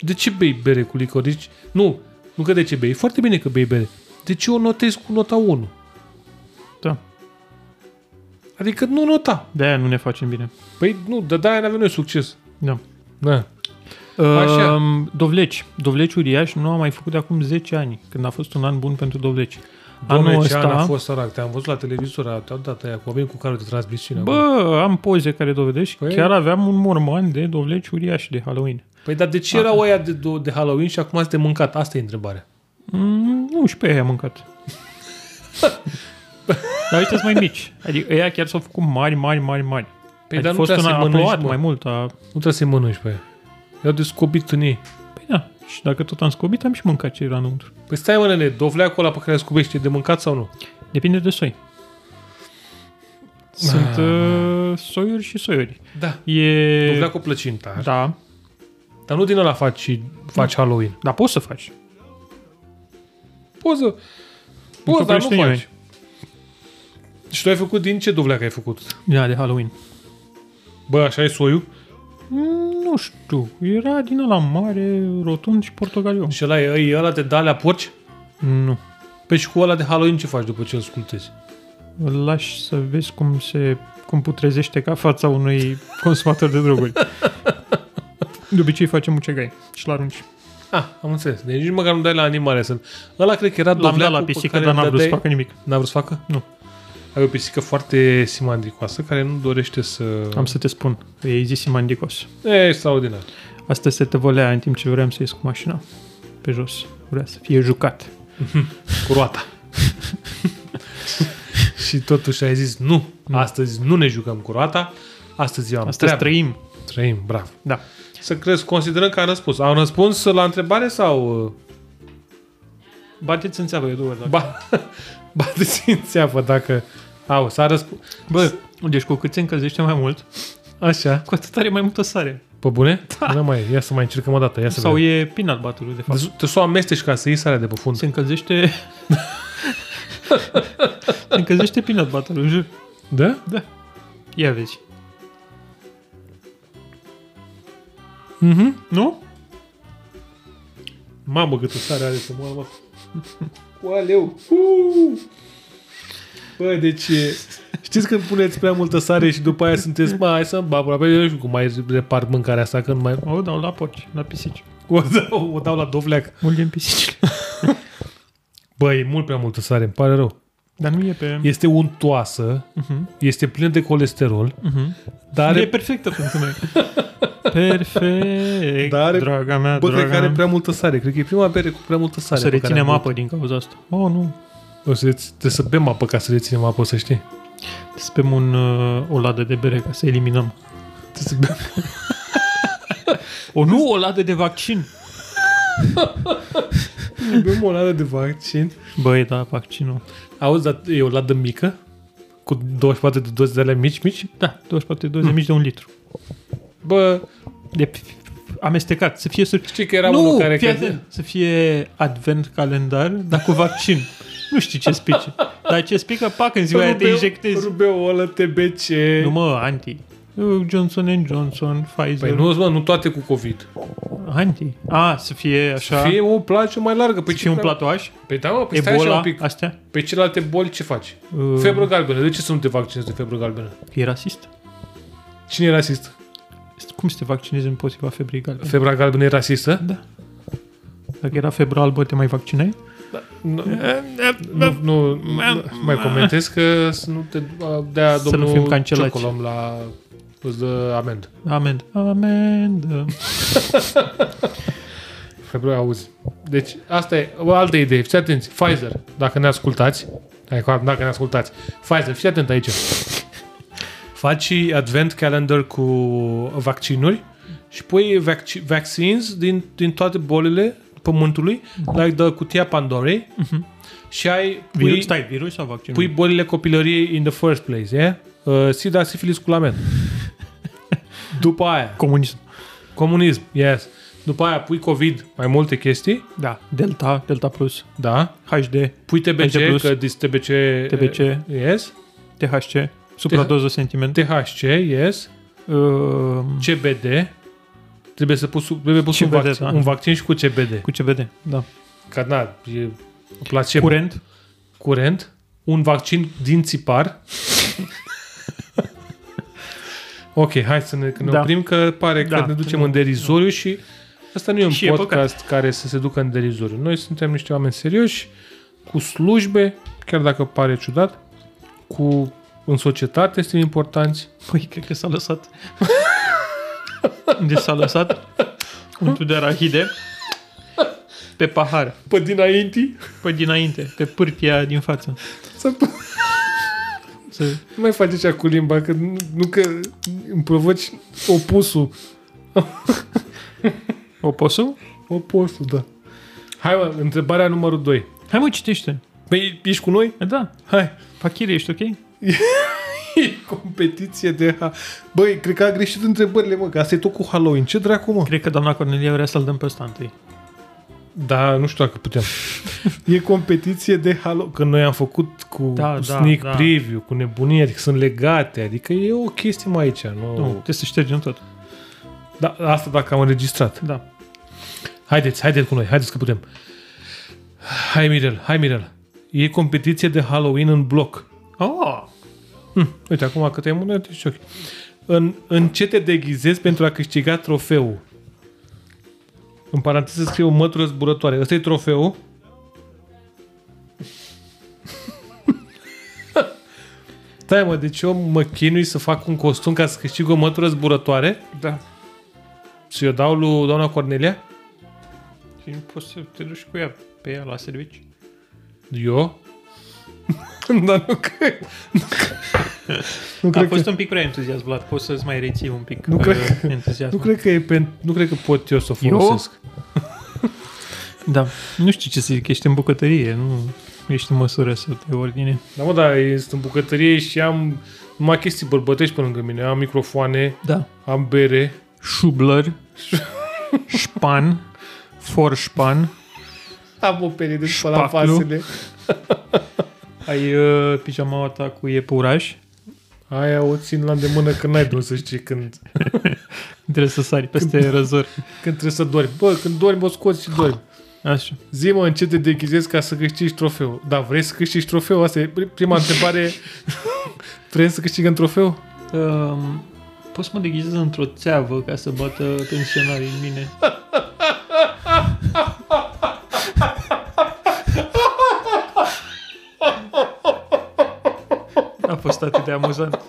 [SPEAKER 4] De ce bei bere cu licoriș? Nu, nu că de ce bei. E foarte bine că bei bere. De ce o notezi cu nota 1?
[SPEAKER 5] Da.
[SPEAKER 4] Adică nu nota.
[SPEAKER 5] De aia nu ne facem bine.
[SPEAKER 4] Păi nu, de de-aia n-avem noi succes.
[SPEAKER 5] Da.
[SPEAKER 4] Da. Așa.
[SPEAKER 5] Um, Dovleci. Dovleci uriaș nu a mai făcut de acum 10 ani, când a fost un an bun pentru Dovleci.
[SPEAKER 4] Domnule,
[SPEAKER 5] Anul
[SPEAKER 4] ce an
[SPEAKER 5] ăsta-
[SPEAKER 4] a fost sărac. Te-am văzut la televizor, te-am dat aia cu oameni cu care de transmisiune. acum.
[SPEAKER 5] Bă, am poze care dovedesc.
[SPEAKER 4] Păi-
[SPEAKER 5] Păi... Chiar aveam un morman de dovleci uriaș de Halloween.
[SPEAKER 4] Păi dar de ce
[SPEAKER 5] Da.
[SPEAKER 4] erau aia de, de, de Halloween și acum ați de mâncat? Asta e întrebarea.
[SPEAKER 5] Mm, nu, și pe aia am mâncat. Dar ăștia sunt mai mici. Adică ăia chiar s-au făcut mari, mari, mari, mari.
[SPEAKER 4] Păi,
[SPEAKER 5] Păi,
[SPEAKER 4] dar
[SPEAKER 5] a
[SPEAKER 4] nu
[SPEAKER 5] fost
[SPEAKER 4] trebuie
[SPEAKER 5] una,
[SPEAKER 4] să-i
[SPEAKER 5] a
[SPEAKER 4] mănânci,
[SPEAKER 5] plouat
[SPEAKER 4] bă.
[SPEAKER 5] mai mult. A...
[SPEAKER 4] Nu trebuie să-i mănânci pe aia. I-au descopit în ei.
[SPEAKER 5] Păi da, și dacă tot am scobit, am și mâncat ce era înăuntru.
[SPEAKER 4] Păi stai mă, nene, dovleacul ăla pe care îl scubești, e de mâncat sau nu?
[SPEAKER 5] Depinde de soi. Sunt uh, soiuri și soiuri.
[SPEAKER 4] Da.
[SPEAKER 5] E...
[SPEAKER 4] Dovleacul plăcinta. Da.
[SPEAKER 5] Da,
[SPEAKER 4] Dar nu din ăla faci, și- faci Halloween.
[SPEAKER 5] dar poți să faci.
[SPEAKER 4] Poți să... Poți,
[SPEAKER 5] Nici
[SPEAKER 4] dar nu
[SPEAKER 5] oprește
[SPEAKER 4] faci.
[SPEAKER 5] nimeni.
[SPEAKER 4] Și tu ai făcut din ce dovleac ai făcut?
[SPEAKER 5] Da, de Halloween.
[SPEAKER 4] Bă, așa e soiul?
[SPEAKER 5] Mm, Nu știu, era din ăla mare, rotund și portogaliu.
[SPEAKER 4] Și ăla e, e ăla de dalea porci?
[SPEAKER 5] Nu.
[SPEAKER 4] Păi și cu ăla de Halloween ce faci după ce îl scultezi?
[SPEAKER 5] Îl lași să vezi cum se cum putrezește ca fața unui consumator de droguri. De obicei facem mucegai și l-arunci.
[SPEAKER 4] Ah, am înțeles. Deci nici măcar nu dai la animale să Ăla cred că era
[SPEAKER 5] L-am dat
[SPEAKER 4] dovleacul
[SPEAKER 5] la
[SPEAKER 4] pe
[SPEAKER 5] pisică,
[SPEAKER 4] care
[SPEAKER 5] dar
[SPEAKER 4] îl
[SPEAKER 5] n-am vrut să
[SPEAKER 4] dădeai-
[SPEAKER 5] facă nimic.
[SPEAKER 4] N-a vrut să facă?
[SPEAKER 5] Nu.
[SPEAKER 4] Ai o pisică foarte simandricoasă care nu dorește să...
[SPEAKER 5] Am să te spun, că e zis simandicos.
[SPEAKER 4] E extraordinar.
[SPEAKER 5] Asta se tăvălea în timp ce vreau să ies cu mașina pe jos. Vrea să fie jucat.
[SPEAKER 4] Cu roata. și totuși ai zis nu, astăzi nu ne jucăm cu roata, astăzi eu am
[SPEAKER 5] Asta
[SPEAKER 4] treabă.
[SPEAKER 5] trăim.
[SPEAKER 4] Trăim, bravo.
[SPEAKER 5] Da.
[SPEAKER 4] Să crezi, considerăm că am răspuns. Au răspuns la întrebare sau... uh,
[SPEAKER 5] Bateți în țeavă, eu două ori. dacă-
[SPEAKER 4] Ba, bateți în țeapă dacă... Au, s-a răspuns.
[SPEAKER 5] Bă, deci cu cât se încălzește mai mult,
[SPEAKER 4] Așa.
[SPEAKER 5] cu atât are mai multă sare.
[SPEAKER 4] Pe bune? Da. Nu mai, ia să mai încercăm o dată, ia să
[SPEAKER 5] Sau
[SPEAKER 4] vedem.
[SPEAKER 5] e peanut butter de fapt.
[SPEAKER 4] Deci, Te să o amesteci ca să iei sarea de pe fund.
[SPEAKER 5] Se încălzește... se încălzește peanut butter jur.
[SPEAKER 4] Da?
[SPEAKER 5] Da. Ia vezi.
[SPEAKER 4] Mhm.
[SPEAKER 5] Nu?
[SPEAKER 4] Mamă, câtă sare are să moară, mă. Oaleu! Uuu! Bă, deci... e- Știți când puneți prea multă sare și după aia sunteți, mă, hai să-mi bapura. Păi eu nu știu cum mai repart mâncarea asta, când mai...
[SPEAKER 5] O dau la porci, la pisici.
[SPEAKER 4] O dau, o dau la dovleac.
[SPEAKER 5] Mult din pisici.
[SPEAKER 4] Bă, e mult prea multă sare, îmi pare rău.
[SPEAKER 5] Dar nu e pe... E,
[SPEAKER 4] Este untoasă,
[SPEAKER 5] uh-huh,
[SPEAKER 4] este plină de colesterol,
[SPEAKER 5] uh-huh.
[SPEAKER 4] dar
[SPEAKER 5] Are... e
[SPEAKER 4] are,
[SPEAKER 5] perfectă pentru noi. Perfect,
[SPEAKER 4] Dar are-
[SPEAKER 5] draga mea,
[SPEAKER 4] bă,
[SPEAKER 5] draga
[SPEAKER 4] cred că are
[SPEAKER 5] mea.
[SPEAKER 4] prea multă sare. Cred că e prima bere cu prea multă
[SPEAKER 5] O
[SPEAKER 4] sare.
[SPEAKER 5] să
[SPEAKER 4] pe care
[SPEAKER 5] reținem
[SPEAKER 4] am
[SPEAKER 5] apă din cauza asta. Oh, nu.
[SPEAKER 4] băut. O să reț- trebuie să bem apă ca să reținem apă, să știi.
[SPEAKER 5] Spem un, uh, o ladă de bere ca să eliminăm.
[SPEAKER 4] Trebuie să bem
[SPEAKER 5] O, nu, o ladă de vaccin.
[SPEAKER 4] Bem o ladă de vaccin.
[SPEAKER 5] Băi, da, vaccinul.
[SPEAKER 4] Auzi, dar e o ladă mică? Cu 24 de doze de alea mici, mici?
[SPEAKER 5] Da, 24 de doze
[SPEAKER 4] Hmm.
[SPEAKER 5] mici de un litru.
[SPEAKER 4] Bă,
[SPEAKER 5] De amestecat, să fie sur...
[SPEAKER 4] știi că era unul care...
[SPEAKER 5] fii
[SPEAKER 4] credea-
[SPEAKER 5] atent, să fie advent calendar, dar cu vaccin. nu știi ce spice. Dar ce spică, pac, în ziua aia te
[SPEAKER 4] Rubeo-
[SPEAKER 5] injectezi.
[SPEAKER 4] Rubeolă, TBC.
[SPEAKER 5] Nu mă, anti. Johnson Johnson,
[SPEAKER 4] Păi
[SPEAKER 5] Pfizer,
[SPEAKER 4] nu, mă, nu toate cu COVID.
[SPEAKER 5] anti. A, să fie așa,
[SPEAKER 4] Așa. Fie o place mai largă. Păi,
[SPEAKER 5] să
[SPEAKER 4] ce
[SPEAKER 5] fie un
[SPEAKER 4] prea-
[SPEAKER 5] platoaș,
[SPEAKER 4] Păi da, mă, păi stai așa un
[SPEAKER 5] Ebola,
[SPEAKER 4] pic.
[SPEAKER 5] astea.
[SPEAKER 4] Pe celelalte boli ce faci?
[SPEAKER 5] Uh.
[SPEAKER 4] Febră galbenă. De ce să nu te vaccinezi de febră galbenă?
[SPEAKER 5] Că E rasist.
[SPEAKER 4] Cine e rasist?
[SPEAKER 5] Cum să te vaccinezi împotriva febrei galbene?
[SPEAKER 4] Febra galbenă e rasistă?
[SPEAKER 5] Da. Dacă era febră albă, te mai vaccinai?
[SPEAKER 4] Nu, nu, nu, nu mai comentez că să nu te dea
[SPEAKER 5] Să nu
[SPEAKER 4] domnul
[SPEAKER 5] fim cancelați.
[SPEAKER 4] Ciocolom la îți dă amendă.
[SPEAKER 5] Amend. Amend.
[SPEAKER 4] Februarie, auzi. Deci, asta e o altă idee. Fiți atenți. Pfizer, dacă ne ascultați, dacă dacă ne ascultați, Pfizer, fiți atent aici. Faci advent calendar cu vaccinuri și pui vac- vaccins din, din toate bolile pământului, la like cutia Pandorei și ai
[SPEAKER 5] Virus,
[SPEAKER 4] pui,
[SPEAKER 5] stai, virus sau vaccin?
[SPEAKER 4] pui bolile copilăriei in the first place, yeah? Uh, sida, sifilis, culament. După aia,
[SPEAKER 5] comunism.
[SPEAKER 4] comunism, yes. După aia pui COVID, mai multe chestii,
[SPEAKER 5] Da. Delta, Delta Plus,
[SPEAKER 4] da.
[SPEAKER 5] HD,
[SPEAKER 4] Pui TBC,
[SPEAKER 5] TBC+.
[SPEAKER 4] că dis TBC...
[SPEAKER 5] TBC.
[SPEAKER 4] eh, Yes.
[SPEAKER 5] THC, supradoză sentiment,
[SPEAKER 4] THC, yes.
[SPEAKER 5] uh,
[SPEAKER 4] CBD. Trebuie să pus, trebuie pus un,
[SPEAKER 5] CBD,
[SPEAKER 4] vaccin,
[SPEAKER 5] da.
[SPEAKER 4] un vaccin și cu CBD.
[SPEAKER 5] cu CBD, da.
[SPEAKER 4] Ca na, e placebo.
[SPEAKER 5] Curent,
[SPEAKER 4] Curent. Un vaccin din țipar. ok, hai să ne, că ne
[SPEAKER 5] Da.
[SPEAKER 4] oprim, că pare că
[SPEAKER 5] Da.
[SPEAKER 4] ne ducem în derizoriu și Asta nu e un
[SPEAKER 5] Și
[SPEAKER 4] și
[SPEAKER 5] e
[SPEAKER 4] podcast e care să se ducă în derizoriu. Noi suntem niște oameni serioși, cu slujbe, chiar dacă pare ciudat, cu în societate suntem importanți.
[SPEAKER 5] Păi, cred că s-a lăsat. Unde s-a lăsat? Untul de arahide. Pe pahar.
[SPEAKER 4] Pe dinainte,
[SPEAKER 5] Pe dinainte. Pe pârtia din față.
[SPEAKER 4] să
[SPEAKER 5] Să...
[SPEAKER 4] nu mai faci așa cu limba, că nu, nu că îmi provoci opusul.
[SPEAKER 5] Oposul?
[SPEAKER 4] Opusul, da. Hai mă, întrebarea numărul 2.
[SPEAKER 5] Hai mă, citește.
[SPEAKER 4] Păi ești cu noi?
[SPEAKER 5] E, Da.
[SPEAKER 4] Hai.
[SPEAKER 5] Pachiri, ești ok?
[SPEAKER 4] E competiție de... Ha- Băi, cred că a greșit întrebările, mă, că asta e tot cu Halloween. Ce dracu, mă?
[SPEAKER 5] Cred că doamna Cornelia vrea să-l dăm pe ăsta întâi.
[SPEAKER 4] Da, nu știu dacă putem. e competiție de halo... Că noi am făcut cu
[SPEAKER 5] Da,
[SPEAKER 4] da,
[SPEAKER 5] da,
[SPEAKER 4] sneak
[SPEAKER 5] da.
[SPEAKER 4] da, preview, cu nebunie, adică sunt legate, adică e o chestie mai aici. Nu...
[SPEAKER 5] Nu,
[SPEAKER 4] nu.
[SPEAKER 5] trebuie să ștergem tot.
[SPEAKER 4] Da, asta dacă am înregistrat.
[SPEAKER 5] Da.
[SPEAKER 4] Haideți, haideți cu noi, haideți că putem. Hai Mirel, hai Mirel. E competiție de Halloween în bloc.
[SPEAKER 5] Oh!
[SPEAKER 4] Hm, uite, acum că te-ai mânat, ești ok. deci În, în ce te deghizezi pentru a câștiga trofeul? În paranteză scriu mătură zburătoare. Ăsta e trofeul. Stai mă, deci eu mă chinui să fac un costum ca să câștig o mătură zburătoare
[SPEAKER 5] Da.
[SPEAKER 4] și eu dau lui doamna Cornelia?
[SPEAKER 5] Și nu Păi, poți să te duci cu ea pe ea la servici.
[SPEAKER 4] Eu? Dar nu cred. Nu
[SPEAKER 5] A
[SPEAKER 4] cred,
[SPEAKER 5] fost
[SPEAKER 4] că,
[SPEAKER 5] un pic prea entuziasm, Vlad. Poți să-ți mai reții un pic
[SPEAKER 4] Nu
[SPEAKER 5] uh,
[SPEAKER 4] cred-
[SPEAKER 5] entuziasmul.
[SPEAKER 4] nu cred că e pen, nu cred că pot eu să o
[SPEAKER 5] Eu?
[SPEAKER 4] folosesc.
[SPEAKER 5] Da, nu știu ce să zic, ești în bucătărie, nu ești în măsură să te ordine.
[SPEAKER 4] Da, mă, da, e- sunt în bucătărie și am numai chestii bărbătești pe lângă mine. Am microfoane,
[SPEAKER 5] Da.
[SPEAKER 4] am bere.
[SPEAKER 5] Șubler, șpan, forșpan,
[SPEAKER 4] Am o perie de
[SPEAKER 5] spălat vasele. ai uh, pijamaua ta cu iepuraș,
[SPEAKER 4] Aia o țin la îndemână când n-ai de unde să știi când,
[SPEAKER 5] trebuie să sari peste răzor.
[SPEAKER 4] când trebuie să dormi. Bă, când dormi, o scoți și dormi.
[SPEAKER 5] Așa.
[SPEAKER 4] Zi, mă, în ce te deghizezi ca să câștigi trofeul? Da, vrei să câștigi trofeul? Asta e pri- prima întrebare. vrei să câștigăm trofeul?
[SPEAKER 5] Um, poți să mă deghizez într-o țeavă ca să bată pensionarii în mine. A fost atât de amuzant.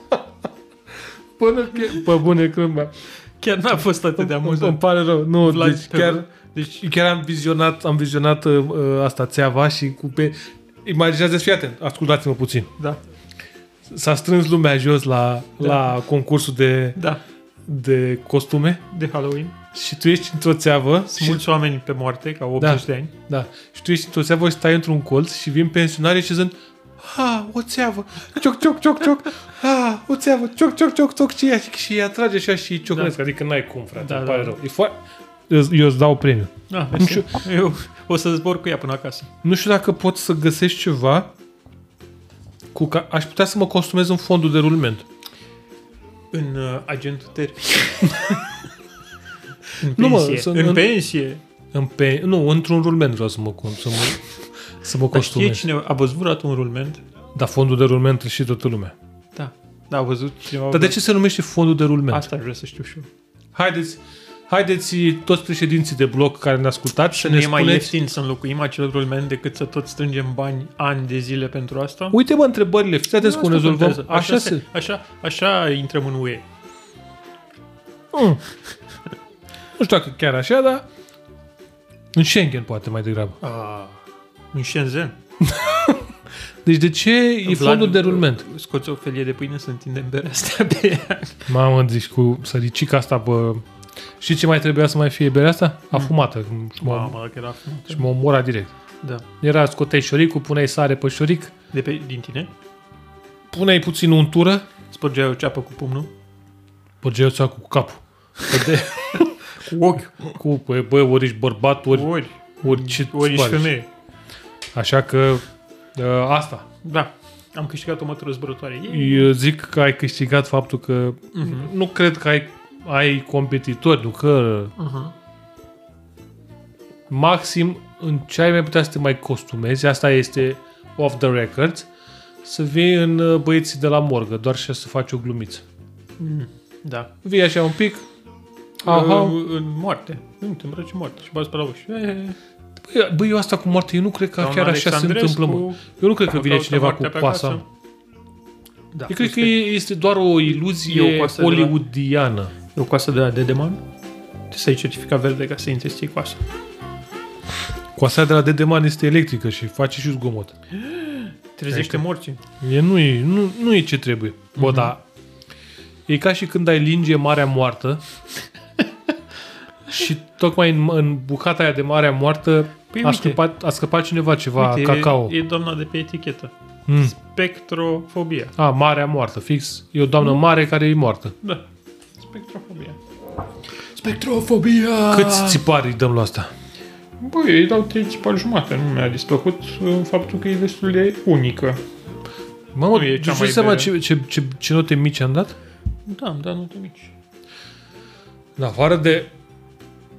[SPEAKER 4] Până că... Bă, bune, crâmba.
[SPEAKER 5] Chiar n-a fost atât de
[SPEAKER 4] Îmi
[SPEAKER 5] amuzant.
[SPEAKER 4] pare rău. Nu,
[SPEAKER 5] Vlad,
[SPEAKER 4] deci
[SPEAKER 5] te
[SPEAKER 4] chiar...
[SPEAKER 5] rog. Deci,
[SPEAKER 4] Și chiar am vizionat, am vizionat uh, uh, asta, țeava și cu pe... Imaginează-ți, fii atent, ascultați-mă puțin.
[SPEAKER 5] da,
[SPEAKER 4] S-a strâns lumea jos la, da. la concursul de,
[SPEAKER 5] da,
[SPEAKER 4] de costume
[SPEAKER 5] de Halloween.
[SPEAKER 4] și tu ești într-o țeavă
[SPEAKER 5] Sunt
[SPEAKER 4] și,
[SPEAKER 5] mulți oameni pe moarte, ca 80 de ani.
[SPEAKER 4] da, și tu ești într-o țeavă și stai într-un colț și vin pensionarii și zic ha, o țeavă, cioc, cioc, cioc, cioc, ha, o țeavă, cioc, cioc, cioc, cioc, și ea, și îi atrage așa și îi ciocnesc, da. adică n-ai cum, frate,
[SPEAKER 5] Da,
[SPEAKER 4] da, îmi
[SPEAKER 5] da.
[SPEAKER 4] pare da. rău. E foarte... Eu, eu îți dau premiu.
[SPEAKER 5] Da, vezi? Eu o să zbor cu ea până acasă.
[SPEAKER 4] Nu știu dacă pot să găsesc ceva cu ca... aș putea să mă consumez în fondul de rulment.
[SPEAKER 5] În uh, agentul termic. în
[SPEAKER 4] Nu, mă,
[SPEAKER 5] pensie.
[SPEAKER 4] sunt
[SPEAKER 5] în
[SPEAKER 4] în-
[SPEAKER 5] pensie.
[SPEAKER 4] În pe... Nu, într-un rulment vreau să mă, cum, să mă, să mă
[SPEAKER 5] Dar știe
[SPEAKER 4] consumez.
[SPEAKER 5] cine a văzut vreodată un rulment?
[SPEAKER 4] Dar fondul de rulment îl știe toată lumea.
[SPEAKER 5] Da. Da, a văzut cineva.
[SPEAKER 4] Dar de ce se numește fondul de rulment? Asta.
[SPEAKER 5] Asta vreau să știu și eu.
[SPEAKER 4] Haideți, haideți toți președinții de bloc care ne ascultați să
[SPEAKER 5] Ne
[SPEAKER 4] ne
[SPEAKER 5] e mai
[SPEAKER 4] spuneți...
[SPEAKER 5] ieftin să înlocuim acel rulment decât să tot strângem bani ani de zile pentru asta?
[SPEAKER 4] Uite mă întrebările, fiți atenți
[SPEAKER 5] Nu,
[SPEAKER 4] cum
[SPEAKER 5] asta
[SPEAKER 4] rezolvăm.
[SPEAKER 5] contează.
[SPEAKER 4] Așa
[SPEAKER 5] se,
[SPEAKER 4] se...
[SPEAKER 5] așa, așa intrăm în UE.
[SPEAKER 4] Mm. Nu știu dacă chiar așa, dar... În Schengen poate mai degrabă.
[SPEAKER 5] A, în Shenzhen.
[SPEAKER 4] Deci de ce e
[SPEAKER 5] Vlad,
[SPEAKER 4] fondul de rulment?
[SPEAKER 5] Scoți o felie de pâine să întindem berea asta pe ea.
[SPEAKER 4] Mamă, zici, cu săricica asta, bă... Și ce mai trebuia să mai fie berea asta? Afumată. Mm. Și, mă,
[SPEAKER 5] Mamă, dacă era frumos.
[SPEAKER 4] și mă omora direct.
[SPEAKER 5] Da.
[SPEAKER 4] Era, scoteai șoricul, puneai sare pe șoric,
[SPEAKER 5] De pe, din tine?
[SPEAKER 4] puneai puțin untură,
[SPEAKER 5] Spărgeai o ceapă cu pumnul?
[SPEAKER 4] băgeai o cu capul. Că De,
[SPEAKER 5] Cu ochi.
[SPEAKER 4] cu, bă, bă, ori ești bărbat, ori,
[SPEAKER 5] Ori.
[SPEAKER 4] ori ce
[SPEAKER 5] Ori ești
[SPEAKER 4] spari.
[SPEAKER 5] femeie.
[SPEAKER 4] Așa că, ă, asta.
[SPEAKER 5] Da. Am câștigat o mătură zburătoare. Ei,
[SPEAKER 4] Eu zic că ai câștigat faptul că
[SPEAKER 5] Mhm.
[SPEAKER 4] nu cred că ai, ai competitori, nu că
[SPEAKER 5] Uh-huh.
[SPEAKER 4] maxim în ce ai mai putea să te mai costumezi, asta este off the record, să vii în uh, băieții de la morgă, doar și să faci o glumiță.
[SPEAKER 5] Da.
[SPEAKER 4] Vii așa un pic, Aha.
[SPEAKER 5] În, în moarte. Nu, te îmbraci în moarte și bați pe la ușă. E, e,
[SPEAKER 4] Băi, băi, eu asta cu moarte, eu nu cred că
[SPEAKER 5] Doamna
[SPEAKER 4] chiar așa se
[SPEAKER 5] Alexandrescu
[SPEAKER 4] întâmplă, mă. Eu nu cred că vine
[SPEAKER 5] caută
[SPEAKER 4] cineva cu
[SPEAKER 5] moartea pe
[SPEAKER 4] coasa.
[SPEAKER 5] acasă. Da,
[SPEAKER 4] Eu cred că este doar o
[SPEAKER 5] E o
[SPEAKER 4] iluzie
[SPEAKER 5] coasă de la-
[SPEAKER 4] hollywoodiană.
[SPEAKER 5] E o coasă de la Dedeman. Trebuie să ai certificat verde ca să intri să iei coasă.
[SPEAKER 4] Coasa de la Dedeman este electrică și face și zgomot.
[SPEAKER 5] Trezește morții.
[SPEAKER 4] E, nu, e, nu, nu e ce trebuie. Bă,
[SPEAKER 5] Mhm.
[SPEAKER 4] mm-hmm. da. E ca și când ai linge Marea Moartă și tocmai în, în bucata aia de Marea Moartă
[SPEAKER 5] Păi
[SPEAKER 4] a,
[SPEAKER 5] uite.
[SPEAKER 4] scăpat, a scăpat cineva ceva
[SPEAKER 5] Uite, e-
[SPEAKER 4] cacao.
[SPEAKER 5] E, doamna de pe etichetă.
[SPEAKER 4] Mm.
[SPEAKER 5] Spectrofobia.
[SPEAKER 4] A, Marea Moartă, fix. E o doamnă mare care e moartă.
[SPEAKER 5] Da. Spectrofobia.
[SPEAKER 4] A. Câți țipari îi dăm la asta?
[SPEAKER 5] Băi, eu îi dau 3 țipari jumate. Nu mi-a displăcut uh, faptul că e destul de unică.
[SPEAKER 4] Mamă,
[SPEAKER 5] Nu e
[SPEAKER 4] nu
[SPEAKER 5] cea
[SPEAKER 4] știu
[SPEAKER 5] mai
[SPEAKER 4] seama
[SPEAKER 5] bere.
[SPEAKER 4] ce, ce, ce, ce note mici am dat?
[SPEAKER 5] Da, am dat note mici.
[SPEAKER 4] În afară de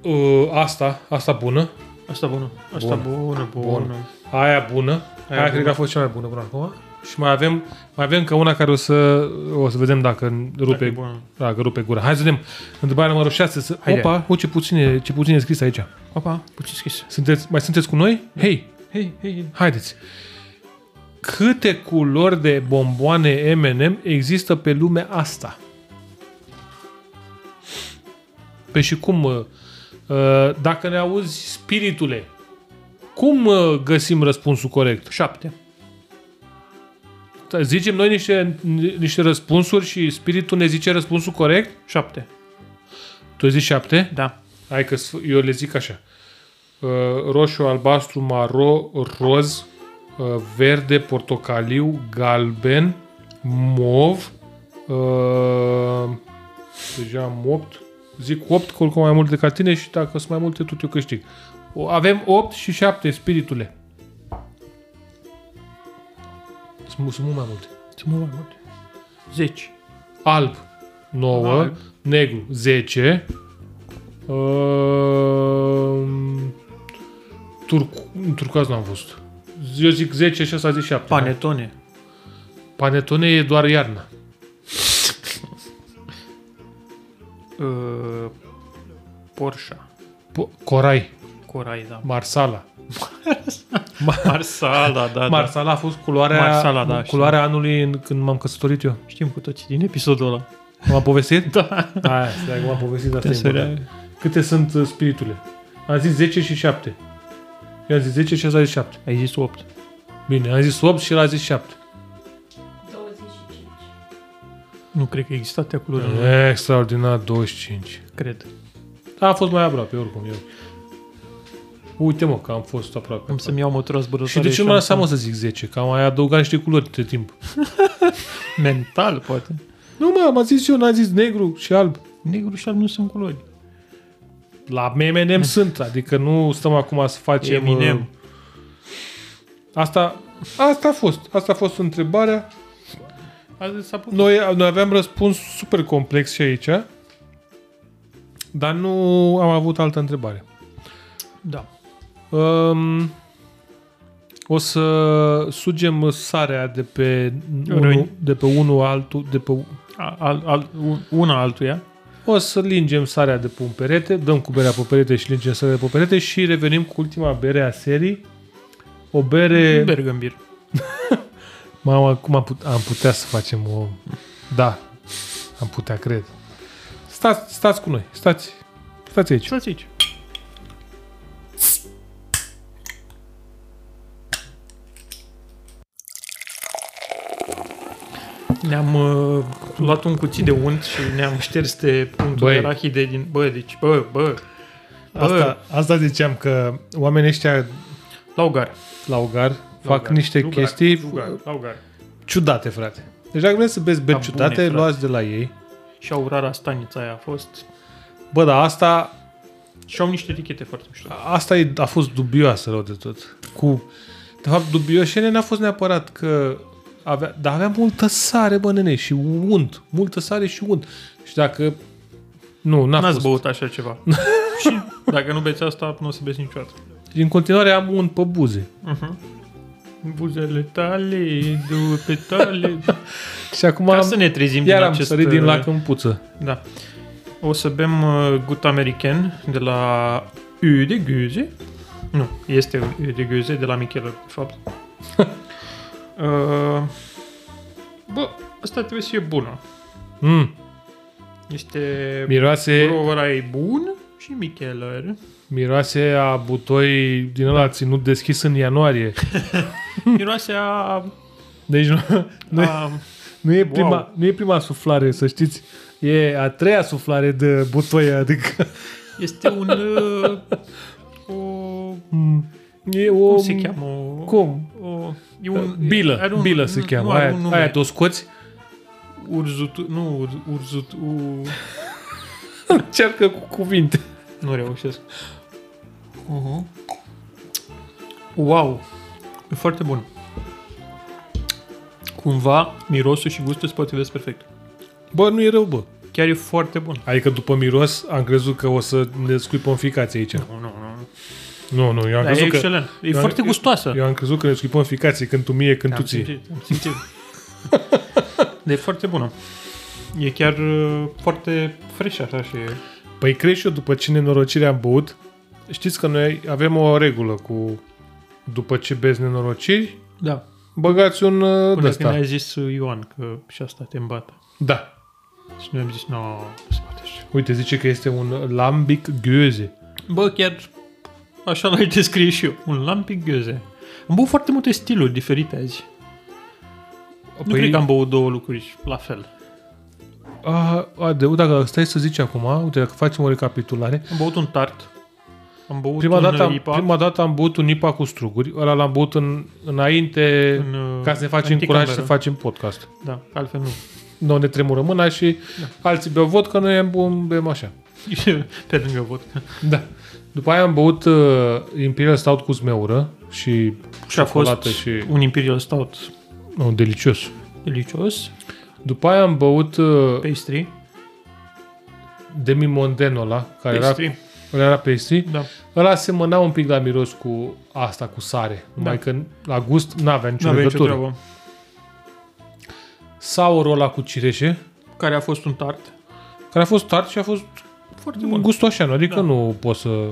[SPEAKER 4] uh, asta, asta bună,
[SPEAKER 5] Asta bună. Asta bună, bună. bună.
[SPEAKER 4] aia bună, aia, aia
[SPEAKER 5] bună.
[SPEAKER 4] cred că a fost cea mai bună până acum. Și mai avem, mai avem că una care o să, o să vedem dacă
[SPEAKER 5] Dacă e
[SPEAKER 4] rupe,
[SPEAKER 5] bună.
[SPEAKER 4] dacă rupe gura. Hai să vedem. Întrebarea numărul 6. Să,
[SPEAKER 5] Haide.
[SPEAKER 4] opa, o, ce puțin, e, ce puțin e scris aici.
[SPEAKER 5] Opa, puțin scris.
[SPEAKER 4] Sunteți, mai sunteți cu noi? Hei,
[SPEAKER 5] Hei, hei,
[SPEAKER 4] haideți. Câte culori de bomboane M&M există pe lumea asta? Pe și cum, uh, uh, dacă ne auzi, spiritule, cum uh, găsim răspunsul corect? Da,
[SPEAKER 5] 7.
[SPEAKER 4] Zicem noi niște, ni- niște răspunsuri și spiritul ne zice răspunsul corect?
[SPEAKER 5] 7.
[SPEAKER 4] Tu ai zis șapte?
[SPEAKER 5] Da.
[SPEAKER 4] Hai că sf- eu le zic așa. Uh, Roșu, albastru, maro, roz, uh, verde, portocaliu, galben, mov, uh, deja am 8, zic 8, că oricum mai mult decât tine și dacă sunt mai multe, tot eu câștig. O- Avem 8 și 7, spiritule. Sunt, mult- sunt mult mai multe.
[SPEAKER 5] Sunt mult mai multe. 10.
[SPEAKER 4] Alb 9,
[SPEAKER 5] Alb.
[SPEAKER 4] negru 10, uh, turcu, turcoaz n-am văzut. Eu zic 10 și asta zic 7.
[SPEAKER 5] Panetone.
[SPEAKER 4] da? Panetone e doar iarna.
[SPEAKER 5] Uh, Porsche.
[SPEAKER 4] Po- Corai,
[SPEAKER 5] Corai, da.
[SPEAKER 4] Marsala.
[SPEAKER 5] Marsala, da, da.
[SPEAKER 4] Marsala a fost culoarea,
[SPEAKER 5] Marsala, da,
[SPEAKER 4] culoarea anului în- când m-am căsătorit eu.
[SPEAKER 5] Știm cu toții din episodul ăla.
[SPEAKER 4] M-am povestit? da. Aia, stai că m-am povestit, asta e
[SPEAKER 5] Să
[SPEAKER 4] important.
[SPEAKER 5] rea-
[SPEAKER 4] Câte sunt uh, spiritule? Am zis 10 și 7. Eu am zis 10 și asta zis 7.
[SPEAKER 5] Ai zis 8.
[SPEAKER 4] Bine, am zis 8 și el a zis 7.
[SPEAKER 2] 25.
[SPEAKER 5] Nu cred că există atâtea culori.
[SPEAKER 4] Mm. Extraordinar 25.
[SPEAKER 5] Cred.
[SPEAKER 4] A fost mai aproape, oricum eu. Uite mă, că am fost aproape.
[SPEAKER 5] Am să-mi iau motorul zburătoare.
[SPEAKER 4] și de ce nu
[SPEAKER 5] am
[SPEAKER 4] mă lăsam mă să zic 10? Că am mai adăugat niște culori între timp.
[SPEAKER 5] Mental, poate.
[SPEAKER 4] Nu mă, m-a zis eu, n-a zis negru și alb.
[SPEAKER 5] Negru și alb nu sunt culori.
[SPEAKER 4] La M&M sunt, adică nu stăm acum să facem...
[SPEAKER 5] Eminem.
[SPEAKER 4] uh, Asta, asta a fost. Asta a fost întrebarea.
[SPEAKER 5] Azi s-a putut.
[SPEAKER 4] Noi, noi aveam răspuns super complex și aici, dar nu am avut altă întrebare.
[SPEAKER 5] Da.
[SPEAKER 4] Um, o să sugem sarea de pe
[SPEAKER 5] Răi.
[SPEAKER 4] unul, de pe unul altul, de pe
[SPEAKER 5] A- Al, al, un- una altuia.
[SPEAKER 4] o să lingem sarea de pe un perete, dăm cu berea pe perete și lingem sarea de pe perete și revenim cu ultima bere a serii. O bere...
[SPEAKER 5] Bergambir.
[SPEAKER 4] Mama, cum am, put- am putea să facem o... Da, am putea, cred. Stați, stați cu noi, stați, stați aici.
[SPEAKER 5] Stați aici. Ne-am uh, luat un cuțit de unt și ne-am șters de punctul
[SPEAKER 4] Băi.
[SPEAKER 5] de arahide din... Bă, deci, bă, bă,
[SPEAKER 4] Asta, asta ziceam că oamenii ăștia
[SPEAKER 5] laugar.
[SPEAKER 4] la ogar fac
[SPEAKER 5] Laugar,
[SPEAKER 4] niște
[SPEAKER 5] lugar,
[SPEAKER 4] chestii
[SPEAKER 5] Lugar, laugar.
[SPEAKER 4] ciudate, frate. Deci dacă vreți să beți beri
[SPEAKER 5] Da, bune,
[SPEAKER 4] ciudate,
[SPEAKER 5] frate.
[SPEAKER 4] luați de la ei.
[SPEAKER 5] Și aurara stanița aia a fost...
[SPEAKER 4] Bă, dar asta,
[SPEAKER 5] Și au niște etichete foarte mișto.
[SPEAKER 4] asta e, a fost dubioasă rău de tot. Cu, de fapt, dubioșene n-a fost neapărat că avea, dar avea multă sare, bă, nene, și unt. Multă sare și unt. Și dacă... Nu, n-a
[SPEAKER 5] N-ați
[SPEAKER 4] fost.
[SPEAKER 5] băut așa ceva. și dacă nu beți asta, nu o să beți niciodată.
[SPEAKER 4] Și în continuare am unt pe buze.
[SPEAKER 5] Buzele tale, două petale...
[SPEAKER 4] Și acum
[SPEAKER 5] Ca
[SPEAKER 4] am,
[SPEAKER 5] să ne trezim
[SPEAKER 4] iar
[SPEAKER 5] din
[SPEAKER 4] am
[SPEAKER 5] acest...
[SPEAKER 4] sărit din
[SPEAKER 5] uh,
[SPEAKER 4] lac în puță.
[SPEAKER 5] Da. O să bem uh, gut american de la U de Guze. Nu, este un U de Guze de la Michel, de fapt. uh, bă, asta trebuie să fie bună.
[SPEAKER 4] Mm,
[SPEAKER 5] Este...
[SPEAKER 4] miroase,
[SPEAKER 5] Rovera e bun și Micheler.
[SPEAKER 4] miroase a butoi din ăla ținut deschis în ianuarie.
[SPEAKER 5] Miroase a...
[SPEAKER 4] Deci nu, Hm. nu, e,
[SPEAKER 5] a
[SPEAKER 4] nu, e prima,
[SPEAKER 5] Wow.
[SPEAKER 4] nu e prima suflare, să știți. E a treia suflare de butoi, adică
[SPEAKER 5] este un... uh, o,
[SPEAKER 4] e o...
[SPEAKER 5] cum se cheamă? O-
[SPEAKER 4] Cum?
[SPEAKER 5] O, e un,
[SPEAKER 4] Uh, Bilă,
[SPEAKER 5] are un-
[SPEAKER 4] bilă se
[SPEAKER 5] nu,
[SPEAKER 4] cheamă.
[SPEAKER 5] Nu, are
[SPEAKER 4] aia,
[SPEAKER 5] un nume.
[SPEAKER 4] aia te o scoți,
[SPEAKER 5] Urzutu... Nu, ur, urzut... U,
[SPEAKER 4] încearcă cu cuvinte.
[SPEAKER 5] nu reușesc. Uh-huh. Wow! E foarte bun. Cumva, mirosul și gustul se potrivesc perfect.
[SPEAKER 4] Bă, nu e rău, bă.
[SPEAKER 5] Chiar e foarte bun.
[SPEAKER 4] Adică după miros am crezut că o să ne scuipăm ficații aici.
[SPEAKER 5] Nu, nu, nu.
[SPEAKER 4] Nu, nu, eu am
[SPEAKER 5] Dar e
[SPEAKER 4] crezut că...
[SPEAKER 5] excelent. E
[SPEAKER 4] eu am-
[SPEAKER 5] foarte gustoasă.
[SPEAKER 4] Eu am crezut că ne scuipăm ficații când tu mie, când tu
[SPEAKER 5] Da,
[SPEAKER 4] ții.
[SPEAKER 5] Am simțit, am simțit. Dar e foarte bună. E chiar uh, foarte fresh așa și...
[SPEAKER 4] Păi crezi și eu după ce nenorocirea am băut, știți că noi avem o regulă cu după ce bezi nenorociri,
[SPEAKER 5] Da.
[SPEAKER 4] băgați un uh,
[SPEAKER 5] Până
[SPEAKER 4] de-asta.
[SPEAKER 5] când a zis uh, Ioan că și asta te îmbată.
[SPEAKER 4] Da.
[SPEAKER 5] Și noi am zis, nu, nu se poate așa.
[SPEAKER 4] Uite, zice că este un lambic ghioze.
[SPEAKER 5] Bă, chiar așa l-ai descrie și eu. Un lampic ghioze. Am băut foarte multe stiluri diferite azi. Păi... Nu cred că am băut două lucruri la fel.
[SPEAKER 4] a, a, de, uite, dacă stai să zici acum, uite, dacă facem o recapitulare,
[SPEAKER 5] Am băut un tart. Am băut
[SPEAKER 4] prima
[SPEAKER 5] un
[SPEAKER 4] dată, am,
[SPEAKER 5] IPA.
[SPEAKER 4] prima dată am băut un IPA cu struguri, ăla l-am băut în, înainte
[SPEAKER 5] În, uh,
[SPEAKER 4] ca să ne facem curaj
[SPEAKER 5] anticameră.
[SPEAKER 4] să facem podcast.
[SPEAKER 5] Da, altfel nu.
[SPEAKER 4] Noi ne tremură mâna și da. alții beau vodcă, noi am băut bem așa.
[SPEAKER 5] Pe lângă vodka.
[SPEAKER 4] Da. După aia am băut uh, Imperial Stout cu zmeură și
[SPEAKER 5] Și a fost
[SPEAKER 4] Ciocolată și-
[SPEAKER 5] un Imperial Stout
[SPEAKER 4] oh, delicios.
[SPEAKER 5] delicios.
[SPEAKER 4] După aia am băut uh,
[SPEAKER 5] Pastry.
[SPEAKER 4] Demi Mondeno ăla, care
[SPEAKER 5] Pastry.
[SPEAKER 4] era, ăla era pastry.
[SPEAKER 5] Deci Da.
[SPEAKER 4] Ăla semăna un pic la miros cu asta, cu sare. Numai
[SPEAKER 5] Da.
[SPEAKER 4] că la gust n-avea nicio
[SPEAKER 5] Nu avea nicio
[SPEAKER 4] legătură.
[SPEAKER 5] treabă.
[SPEAKER 4] Saurul ăla cu cireșe,
[SPEAKER 5] Care a fost un tart.
[SPEAKER 4] care a fost tart și a fost
[SPEAKER 5] Foarte bun.
[SPEAKER 4] Bun. gustoșan, adică da.
[SPEAKER 5] Da.
[SPEAKER 4] nu poți să...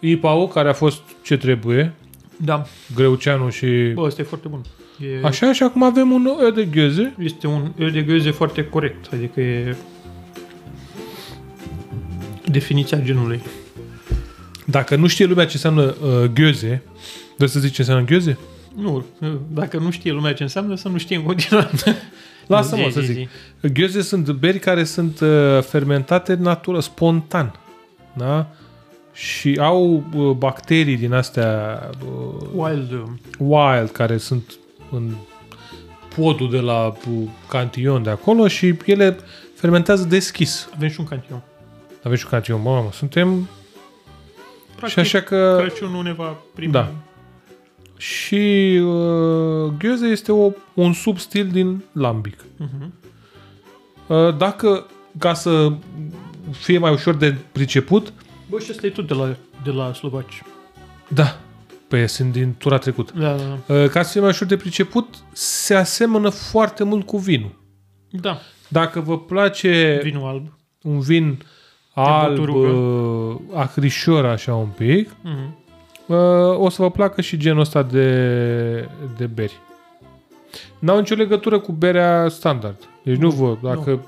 [SPEAKER 4] ipa care a fost ce trebuie,
[SPEAKER 5] Da.
[SPEAKER 4] Greuceanu și...
[SPEAKER 5] Bă, ăsta e foarte bun. E,
[SPEAKER 4] Așa, și acum avem un E de gheze.
[SPEAKER 5] Este un el de găze foarte corect. Adică e definiția genului.
[SPEAKER 4] Dacă nu știe lumea ce înseamnă uh, ghioze, vrei să zici ce înseamnă ghioze?
[SPEAKER 5] Nu, dacă nu știe lumea ce înseamnă, să nu știe în continuare.
[SPEAKER 4] Lasă-mă
[SPEAKER 5] Zi,
[SPEAKER 4] să
[SPEAKER 5] zi,
[SPEAKER 4] zic. Ghioze sunt beri care sunt uh, fermentate natură, spontan. Da? Și au uh, bacterii din astea uh,
[SPEAKER 5] Wild. um,
[SPEAKER 4] wild care sunt în podul de la uh, Cantillon de acolo și ele fermentează deschis.
[SPEAKER 5] Avem și un cantion.
[SPEAKER 4] Avem și un Cantillon, mamă, suntem
[SPEAKER 5] Practic,
[SPEAKER 4] și așa că...
[SPEAKER 5] Crăciunul ne va primi.
[SPEAKER 4] Da. Și uh, gheoza este o, un substil din lambic.
[SPEAKER 5] Mhm.
[SPEAKER 4] Uh, dacă, ca să fie mai ușor de priceput,
[SPEAKER 5] Bă, și ăsta e tot de la, de la slovaci.
[SPEAKER 4] da, pe sunt din tura trecută.
[SPEAKER 5] Da, da, da.
[SPEAKER 4] Uh, ca să fie mai ușor de priceput, se asemănă foarte mult cu vinul.
[SPEAKER 5] Da,
[SPEAKER 4] Dacă vă place vin.
[SPEAKER 5] vinul alb.
[SPEAKER 4] un vin alb,
[SPEAKER 5] buturugă.
[SPEAKER 4] uh, acrișor așa un pic,
[SPEAKER 5] Mhm.
[SPEAKER 4] Uh, o să vă placă și genul ăsta de, de beri. N-au nicio legătură cu berea standard. Deci nu vă, dacă nu.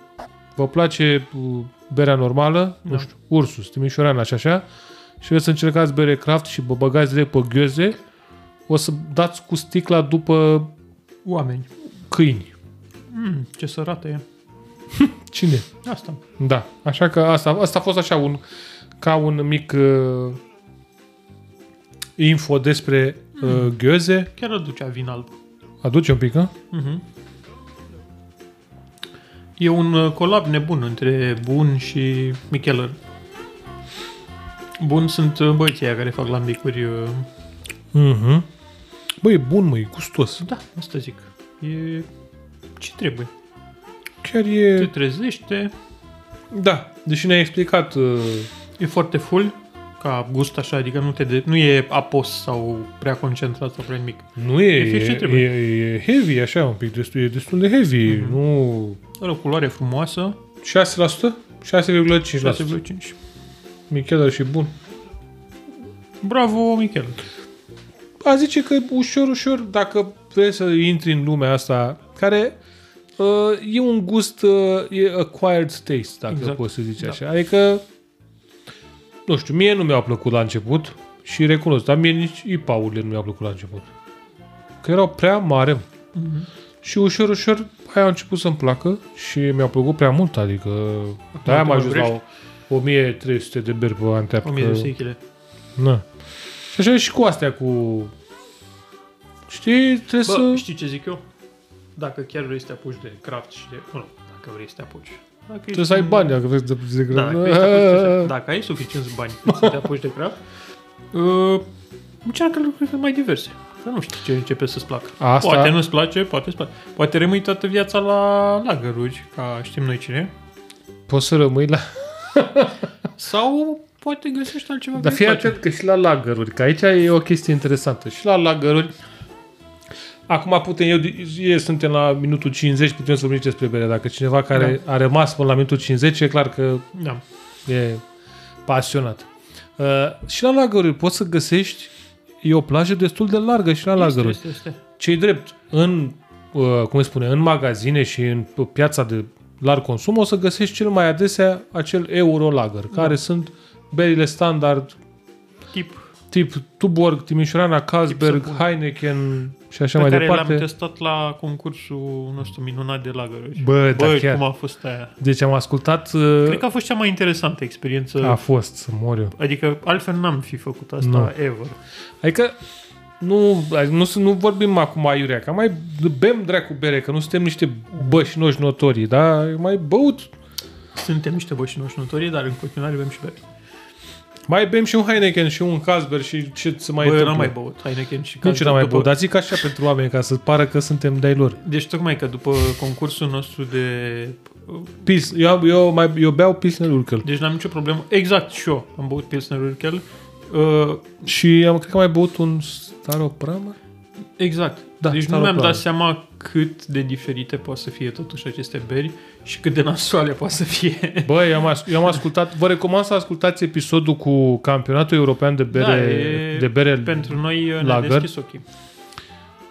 [SPEAKER 4] vă place uh, berea normală, nu
[SPEAKER 5] Da.
[SPEAKER 4] știu, Ursus, Timișorean, așa, așa, și vreți să încercați bere craft și vă băgați direct pe ghioze, o să dați cu sticla după
[SPEAKER 5] Oameni.
[SPEAKER 4] câini.
[SPEAKER 5] Mm, ce sărată e.
[SPEAKER 4] Cine?
[SPEAKER 5] Asta.
[SPEAKER 4] Da, așa că asta, asta a fost așa un, ca un mic uh, info despre uh, ghioze.
[SPEAKER 5] Chiar aducea vin alb.
[SPEAKER 4] Aduce un pic, a?
[SPEAKER 5] Mhm. E un uh, colab nebun între Bun și Micheler. Bun sunt uh, băieții aia care fac lambicuri. uh,
[SPEAKER 4] Mhm. Băi, e bun, măi, gustos.
[SPEAKER 5] Da, asta zic. E ce trebuie.
[SPEAKER 4] Chiar
[SPEAKER 5] Te
[SPEAKER 4] e...
[SPEAKER 5] trezește,
[SPEAKER 4] Da, deși ne-ai explicat... Uh,
[SPEAKER 5] e foarte full, ca gust așa, adică nu, te de- nu e apos sau prea concentrat sau prea mic.
[SPEAKER 4] nu e,
[SPEAKER 5] E fix ce
[SPEAKER 4] e,
[SPEAKER 5] trebuie. Mhm.
[SPEAKER 4] e, e heavy așa un pic, destul, e destul de heavy, mm-hmm. nu...
[SPEAKER 5] Are o culoare frumoasă,
[SPEAKER 4] 6%? 6,5%.
[SPEAKER 5] 6,5.
[SPEAKER 4] Michel și bun.
[SPEAKER 5] Bravo, Michel.
[SPEAKER 4] A zice că ușor, ușor, dacă vrei să intri în lumea asta, care uh, e un gust, uh, e acquired taste, dacă
[SPEAKER 5] Exact.
[SPEAKER 4] exact. poți să zici da. așa. Adică, nu știu, mie nu mi-au plăcut la început și recunosc, dar mie nici IPA-urile nu mi-au plăcut la început. Că erau prea mare. Mm-hmm.
[SPEAKER 5] Mhm.
[SPEAKER 4] Și ușor, ușor, aia a început să-mi placă și mi-au plăcut prea mult, adică de-aia
[SPEAKER 5] te
[SPEAKER 4] am
[SPEAKER 5] mai
[SPEAKER 4] ajuns la
[SPEAKER 5] oprești?
[SPEAKER 4] 1300 de beri pe Antep.
[SPEAKER 5] 1000 de sechile.
[SPEAKER 4] Na. Și așa e și cu astea, cu... Știi, trebuie Bă,
[SPEAKER 5] Bă,
[SPEAKER 4] să...
[SPEAKER 5] știi ce zic eu? Dacă chiar vrei să te apuci de craft și de... Mă rog, dacă vrei să te apuci. Dacă ești
[SPEAKER 4] Trebuie să ai
[SPEAKER 5] un-
[SPEAKER 4] bani dacă vrei să te
[SPEAKER 5] Da, dacă, vrei să te apuci, trebuie să- dacă ai suficienți bani să te apuci de craft, uh, încearcă lucruri mai diverse. Că nu știi ce începe să-ți placă.
[SPEAKER 4] Asta-
[SPEAKER 5] Poate nu-ți place, poate îți place. Poate rămâi toată viața la lagăruri, ca știm noi cine.
[SPEAKER 4] Poți să rămâi la...
[SPEAKER 5] Sau poate găsești altceva
[SPEAKER 4] Dar
[SPEAKER 5] care
[SPEAKER 4] fii
[SPEAKER 5] îți place.
[SPEAKER 4] atent că și la lagăruri, că aici e o chestie interesantă. Și la lagăruri, acum putem, eu, e, suntem la minutul 50, putem să vorbim despre bere. Dacă cineva care da. a rămas până la minutul 50, e clar că
[SPEAKER 5] Da.
[SPEAKER 4] e pasionat. Uh, și la lagăruri poți să găsești, e o plajă destul de largă și la lagăruri.
[SPEAKER 5] Este, este, este.
[SPEAKER 4] cei drept, în, uh, cum se spune, în magazine și în piața de larg consum, o să găsești cel mai adesea acel euro lager,
[SPEAKER 5] Da.
[SPEAKER 4] care sunt berile standard
[SPEAKER 5] Tip
[SPEAKER 4] tip Tuborg, Timișoara, Carlsberg,
[SPEAKER 5] săpun.
[SPEAKER 4] Heineken și așa
[SPEAKER 5] pe
[SPEAKER 4] mai
[SPEAKER 5] care l-am
[SPEAKER 4] departe.
[SPEAKER 5] testat la concursul nostru minunat de lagăruri.
[SPEAKER 4] Bă, da,
[SPEAKER 5] Bă
[SPEAKER 4] chiar.
[SPEAKER 5] cum a fost aia.
[SPEAKER 4] Deci am ascultat...
[SPEAKER 5] Cred că a fost cea mai interesantă experiență.
[SPEAKER 4] A fost, să mor eu.
[SPEAKER 5] Adică altfel n-am fi făcut asta
[SPEAKER 4] Nu.
[SPEAKER 5] ever.
[SPEAKER 4] Adică nu, adică nu, nu vorbim acum aiurea, că mai bem dracu bere, că nu suntem niște bășinoși notorii, dar mai băut
[SPEAKER 5] Suntem niște bășinoși notorii, dar în continuare bem și bere.
[SPEAKER 4] Mai bem și un Heineken și un Carlsberg și ce se mai
[SPEAKER 5] Bă, eu
[SPEAKER 4] întâmplă.
[SPEAKER 5] n-am mai băut
[SPEAKER 4] Nu
[SPEAKER 5] Heineken și
[SPEAKER 4] ce
[SPEAKER 5] Carlsberg
[SPEAKER 4] n-am mai
[SPEAKER 5] după-
[SPEAKER 4] băut, dar zic așa pentru oameni, ca să pară că suntem de-ai lor.
[SPEAKER 5] Deci tocmai că după concursul nostru de...
[SPEAKER 4] Pils, eu, eu, mai, eu beau Pilsner Urkel.
[SPEAKER 5] Deci n-am nicio problemă. Exact și eu am băut Pilsner Urkel. Uh,
[SPEAKER 4] Și am, cred că am mai băut un Staropramă?
[SPEAKER 5] exact.
[SPEAKER 4] Da,
[SPEAKER 5] deci nu
[SPEAKER 4] Staroplan.
[SPEAKER 5] mi-am dat seama cât de diferite poate să fie totuși aceste beri și cât de nasoale poate să fie.
[SPEAKER 4] Bă, eu am, as- eu am ascultat, vă recomand să ascultați episodul cu campionatul european de bere,
[SPEAKER 5] da, e,
[SPEAKER 4] de bere
[SPEAKER 5] pentru noi uh, ne-a
[SPEAKER 4] lager.
[SPEAKER 5] deschis ochii.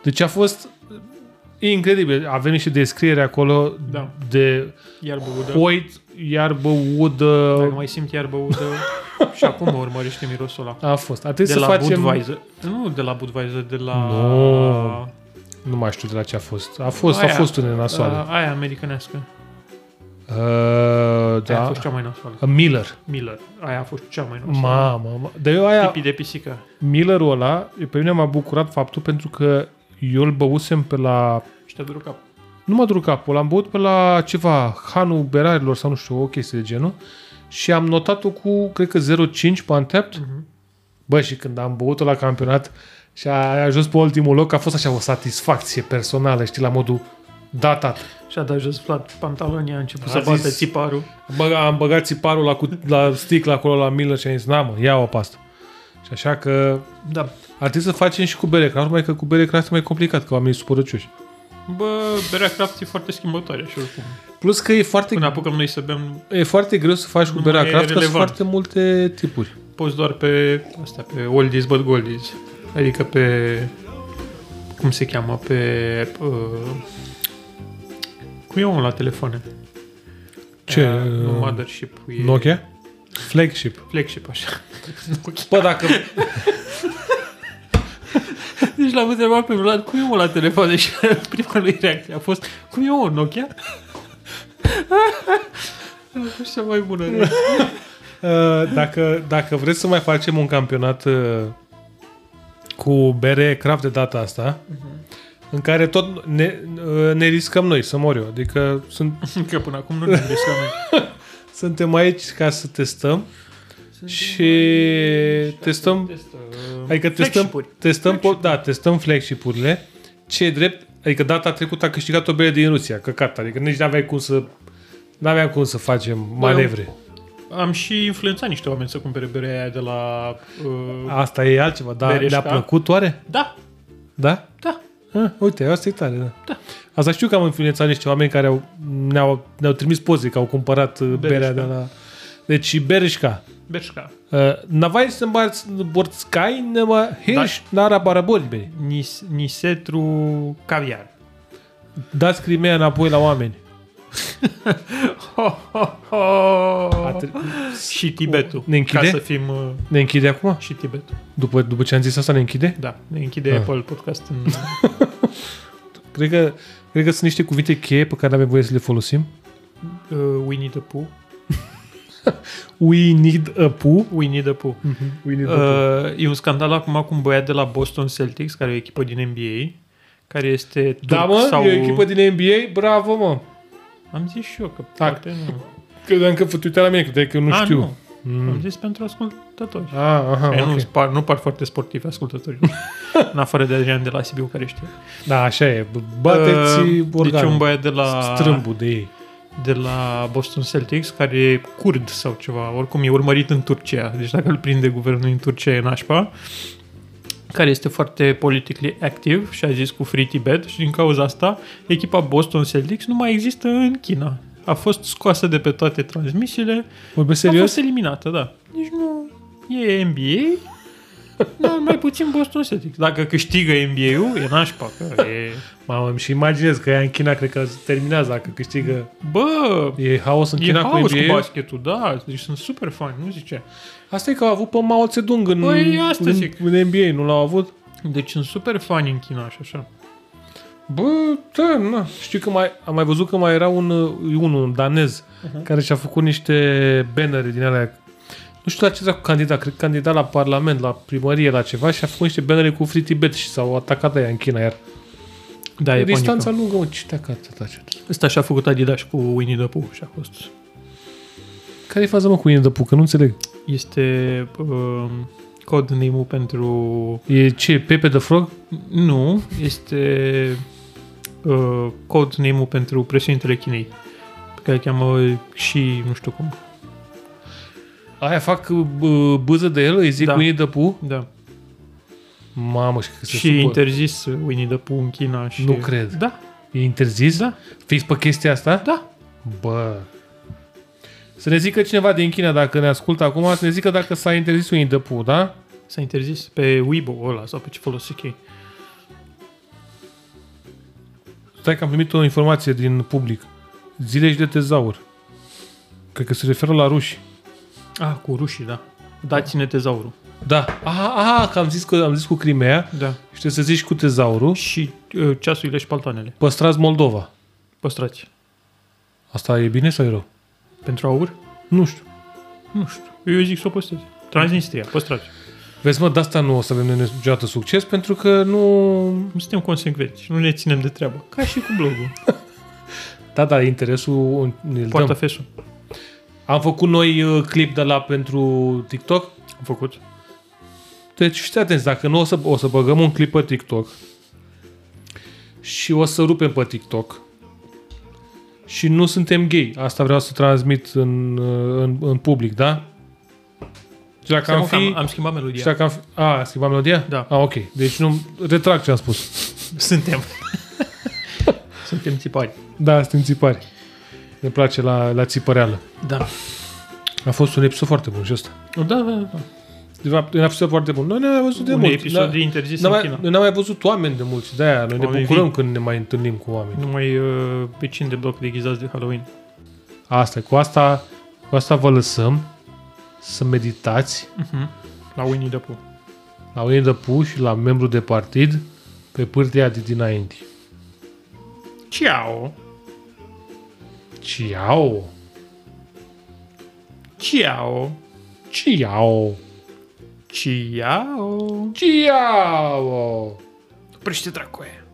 [SPEAKER 4] Deci a fost incredibil. Avem niște descriere acolo
[SPEAKER 5] Da.
[SPEAKER 4] de
[SPEAKER 5] Iar băudă.
[SPEAKER 4] hoit, iarbă, udă.
[SPEAKER 5] Dacă mai simt iar băudă și acum mă urmărește mirosul ăla.
[SPEAKER 4] A fost. Atât
[SPEAKER 5] De
[SPEAKER 4] să
[SPEAKER 5] la
[SPEAKER 4] facem...
[SPEAKER 5] Budweiser. Nu de la Budweiser, de la...
[SPEAKER 4] Nu. Nu mai știu de la ce a fost. A fost, a
[SPEAKER 5] Aia. Da.
[SPEAKER 4] fost unele nasoale.
[SPEAKER 5] A, aia americanească.
[SPEAKER 4] Uh,
[SPEAKER 5] Da. Aia
[SPEAKER 4] da.
[SPEAKER 5] a fost cea mai nasoală.
[SPEAKER 4] Miller.
[SPEAKER 5] Miller. Aia a fost cea mai nasoală.
[SPEAKER 4] Mamă, ma. Dar eu aia,
[SPEAKER 5] Tipii de pisică.
[SPEAKER 4] Millerul ăla, pe mine m-a bucurat faptul pentru că eu îl băusem pe la...
[SPEAKER 5] Și te duru cap.
[SPEAKER 4] Nu mă duc capul, l-am băut pe la ceva, Hanul Berarilor sau nu știu, o chestie de genul. Și am notat-o cu, cred că 0,5 pe Antept. Bă, și când am băut-o la campionat și a a ajuns pe ultimul loc, a fost așa o satisfacție personală, știi, la modul da, datat.
[SPEAKER 5] Și a dat jos flat pantalonii, a început
[SPEAKER 4] A
[SPEAKER 5] să bată
[SPEAKER 4] zis-
[SPEAKER 5] țiparul.
[SPEAKER 4] Băga, am băgat țiparul la, cu, la sticla acolo la milă și am zis, na mă, ia-o pe asta. Și așa că
[SPEAKER 5] Da.
[SPEAKER 4] ar trebui să facem și cu bere craft, mai că cu bere craft e mai complicat, că oamenii sunt supărăcioși.
[SPEAKER 5] Bă, berea craft e foarte schimbătoare și oricum.
[SPEAKER 4] Plus că e foarte,
[SPEAKER 5] Până apucăm noi să bem,
[SPEAKER 4] e foarte greu să faci cu
[SPEAKER 5] Nu
[SPEAKER 4] berea
[SPEAKER 5] mai e
[SPEAKER 4] craft, că sunt
[SPEAKER 5] relevant.
[SPEAKER 4] foarte multe tipuri.
[SPEAKER 5] poți doar pe astea, pe oldies but goldies. Adică pe... Cum se cheamă? Pe... Uh, cum e omul la telefoane?
[SPEAKER 4] Ce? uh,
[SPEAKER 5] Aia, nu, mothership. E
[SPEAKER 4] Nokia? Flagship.
[SPEAKER 5] Flagship, așa.
[SPEAKER 4] Bă, dacă...
[SPEAKER 5] Deci l-am întrebat pe Vlad, cum e omul la telefon? Deci prima lui reacție a fost, cum e omul, Nokia? A fost cea mai bună. reacție.
[SPEAKER 4] Uh, dacă, dacă vreți să mai facem un campionat uh, cu bere craft de data asta,
[SPEAKER 5] Mhm.
[SPEAKER 4] în care tot ne, uh, ne riscăm noi să mor eu. Adică sunt
[SPEAKER 5] Că până acum nu ne riscăm noi.
[SPEAKER 4] Suntem aici ca să testăm și testăm, adică testăm,
[SPEAKER 5] flagship-uri.
[SPEAKER 4] testăm, po- da, testăm flagship-urile. Ce e drept, adică data trecută a câștigat o bere din Rusia, căcat, adică nici n-aveai cum să n-aveam cum să facem
[SPEAKER 5] Da,
[SPEAKER 4] manevre.
[SPEAKER 5] Am și influențat niște oameni să cumpere berea aia de la... Uh,
[SPEAKER 4] Asta e altceva, dar
[SPEAKER 5] Bereșca.
[SPEAKER 4] le-a plăcut oare?
[SPEAKER 5] da,
[SPEAKER 4] Da?
[SPEAKER 5] da.
[SPEAKER 4] Ah, uite, asta e tare, da.
[SPEAKER 5] Da.
[SPEAKER 4] Asta știu că am influențat niște oameni care au, ne-au, ne-au trimis poze că au cumpărat uh, berea de la... Deci, Bereșca.
[SPEAKER 5] Berșca.
[SPEAKER 4] Uh, Navai să îmbarți borțcai, nema hirș, nara barabori,
[SPEAKER 5] Nis, nisetru caviar.
[SPEAKER 4] Dați Crimea înapoi la oameni.
[SPEAKER 5] Ho, ho, ho.
[SPEAKER 4] tre-
[SPEAKER 5] Și Tibetul.
[SPEAKER 4] Ne închide?
[SPEAKER 5] Ca să fim... uh,
[SPEAKER 4] Ne închide acum?
[SPEAKER 5] Și Tibetul.
[SPEAKER 4] După, după ce am zis asta, ne închide?
[SPEAKER 5] Da, ne închide
[SPEAKER 4] Ah.
[SPEAKER 5] Apple Podcast în...
[SPEAKER 4] Cred că, cred că sunt niște cuvinte cheie pe care nu avem voie să le folosim.
[SPEAKER 5] Uh, Winnie the Pooh.
[SPEAKER 4] We need a poo.
[SPEAKER 5] Winnie the Pooh.
[SPEAKER 4] Mhm. We need a
[SPEAKER 5] Uh, e un scandal acum cu un băiat de la Boston Celtics, care e o echipă din NBA, care este turc
[SPEAKER 4] Da, mă,
[SPEAKER 5] sau...
[SPEAKER 4] e o echipă din NBA, bravo, mă.
[SPEAKER 5] Am zis și eu că
[SPEAKER 4] Tac.
[SPEAKER 5] poate nu.
[SPEAKER 4] Credeam că fă- te uitai la mine, credeai că nu
[SPEAKER 5] A,
[SPEAKER 4] știu.
[SPEAKER 5] Nu. Mm. Am zis pentru ascultători.
[SPEAKER 4] Ah, aha,
[SPEAKER 5] Okay. Nu,
[SPEAKER 4] ok.
[SPEAKER 5] par, nu par foarte sportivi ascultătorii. în afară de Adrian de la Sibiu, care știe.
[SPEAKER 4] Da, așa e. B- Bateți uh,
[SPEAKER 5] Uh, Deci un
[SPEAKER 4] organul.
[SPEAKER 5] băiat de la,
[SPEAKER 4] Strâmbul de ei.
[SPEAKER 5] de la Boston Celtics, care e curd sau ceva, oricum e urmărit în Turcia. Deci dacă îl prinde guvernul în Turcia e nașpa care este foarte politically active și a zis cu Free Tibet și din cauza asta echipa Boston Celtics nu mai există în China. A fost scoasă de pe toate transmisiile,
[SPEAKER 4] Vorbesc
[SPEAKER 5] a
[SPEAKER 4] serios?
[SPEAKER 5] fost eliminată, da. Deci nu... E NBA, dar mai puțin Boston Celtics. Dacă câștigă NBA-ul, e nașpa, că e...
[SPEAKER 4] Mamă, îmi și imaginez că ea în China cred că terminează dacă câștigă.
[SPEAKER 5] Bă,
[SPEAKER 4] E haos în
[SPEAKER 5] e
[SPEAKER 4] China cu
[SPEAKER 5] haos cu,
[SPEAKER 4] NBA.
[SPEAKER 5] basketul, da, deci sunt super fan, nu zice.
[SPEAKER 4] Asta e că au avut pe Mao Zedong în,
[SPEAKER 5] Păi, asta
[SPEAKER 4] în,
[SPEAKER 5] zic.
[SPEAKER 4] în NBA, nu l-au avut?
[SPEAKER 5] Deci sunt super fani în China și așa.
[SPEAKER 4] Bă, da, na. Știu că mai, am mai văzut că mai era un, uh, unul, un danez, uh-huh. care și-a făcut niște bannere din alea. Nu știu la ce dracu candidat, cred că candidat la parlament, la primărie, la ceva și a făcut niște bannere cu Free Tibet și s-au atacat aia în China iar.
[SPEAKER 5] Da,
[SPEAKER 4] E
[SPEAKER 5] e
[SPEAKER 4] distanța
[SPEAKER 5] distanța.
[SPEAKER 4] lungă, mă, ce te-a atacat?
[SPEAKER 5] Ăsta și-a făcut Adidas și cu Winnie the Pooh și a fost.
[SPEAKER 4] Care-i faza, mă, cu Winnie the Pooh? Că nu înțeleg.
[SPEAKER 5] Este um, cod name pentru...
[SPEAKER 4] E ce, Pepe the Frog?
[SPEAKER 5] Nu, este uh, cod name pentru președintele Chinei. Pe care îl cheamă și nu știu cum.
[SPEAKER 4] Aia fac bă, bâză de el, îi zic
[SPEAKER 5] Da.
[SPEAKER 4] da. Winnie the Pooh?
[SPEAKER 5] Da.
[SPEAKER 4] Mamă, și că se
[SPEAKER 5] și
[SPEAKER 4] supără.
[SPEAKER 5] interzis Winnie the Pooh în China și...
[SPEAKER 4] Nu cred.
[SPEAKER 5] Da,
[SPEAKER 4] E interzis? Da. Fix pe chestia asta?
[SPEAKER 5] da.
[SPEAKER 4] Bă. Să ne zică cineva din China dacă ne ascultă acum, să ne zică dacă s-a interzis un indăpu, da?
[SPEAKER 5] S-a interzis pe Weibo ăla sau pe ce folosesc ei.
[SPEAKER 4] Stai că am primit o informație din public. Zileci de tezaur. Cred că se referă la ruși.
[SPEAKER 5] Ah, cu rușii, da. Dați-ne tezaurul.
[SPEAKER 4] Da. Aha, aha, că am zis, că, am zis cu Crimea și
[SPEAKER 5] Da.
[SPEAKER 4] trebuie să zici cu tezaurul.
[SPEAKER 5] Și uh, ceasurile și paltoanele.
[SPEAKER 4] Păstrați Moldova.
[SPEAKER 5] Păstrați.
[SPEAKER 4] Asta e bine sau e rău?
[SPEAKER 5] Pentru aur?
[SPEAKER 4] Nu știu.
[SPEAKER 5] Nu știu. Eu zic să o păstrez. Transnistria, păstrați.
[SPEAKER 4] Vezi, mă, de asta nu o să avem noi niciodată succes, pentru că nu...
[SPEAKER 5] Nu suntem consecvenți, nu ne ținem de treabă. Ca și cu blogul.
[SPEAKER 4] Da, da, interesul ne
[SPEAKER 5] Poarta
[SPEAKER 4] dăm.
[SPEAKER 5] fesul.
[SPEAKER 4] Am făcut noi uh, clip de la pentru TikTok.
[SPEAKER 5] Am făcut.
[SPEAKER 4] Deci fiți atenți, dacă nu o să, o să băgăm un clip pe TikTok și o să rupem pe TikTok și nu suntem gay. Asta vreau să transmit în, uh, în, în public, da? Și dacă am
[SPEAKER 5] Seamă că
[SPEAKER 4] fi...
[SPEAKER 5] am, am schimbat melodia.
[SPEAKER 4] și dacă am fi a, am schimbat melodia?
[SPEAKER 5] Da.
[SPEAKER 4] A, ok. Deci nu... Retrag ce am spus.
[SPEAKER 5] Suntem. suntem țipari.
[SPEAKER 4] Da, suntem țipari. Ne place la, la țipăreală.
[SPEAKER 5] Da.
[SPEAKER 4] A fost un episod foarte bun și ăsta.
[SPEAKER 5] Da, da, da.
[SPEAKER 4] De fapt, un episod foarte bun. Noi ne-am mai văzut de
[SPEAKER 5] Un
[SPEAKER 4] mult.
[SPEAKER 5] episod
[SPEAKER 4] Da.
[SPEAKER 5] de interzis
[SPEAKER 4] N-am
[SPEAKER 5] în
[SPEAKER 4] mai,
[SPEAKER 5] China.
[SPEAKER 4] noi n-am mai văzut oameni de mulți, de aia noi ne
[SPEAKER 5] Oameni
[SPEAKER 4] bucurăm
[SPEAKER 5] vii.
[SPEAKER 4] când ne mai întâlnim cu oameni.
[SPEAKER 5] Numai uh, vecini de bloc deghizați de Halloween.
[SPEAKER 4] Asta, e. cu asta, cu asta vă lăsăm să meditați
[SPEAKER 5] La Winnie the Pooh.
[SPEAKER 4] la unii de pu și la membru de partid pe pârtia de dinainte.
[SPEAKER 5] Ciao!
[SPEAKER 4] Ciao!
[SPEAKER 5] Ciao!
[SPEAKER 4] Ciao!
[SPEAKER 5] Ciao!
[SPEAKER 4] Ciao!
[SPEAKER 5] Oprește dracu aia.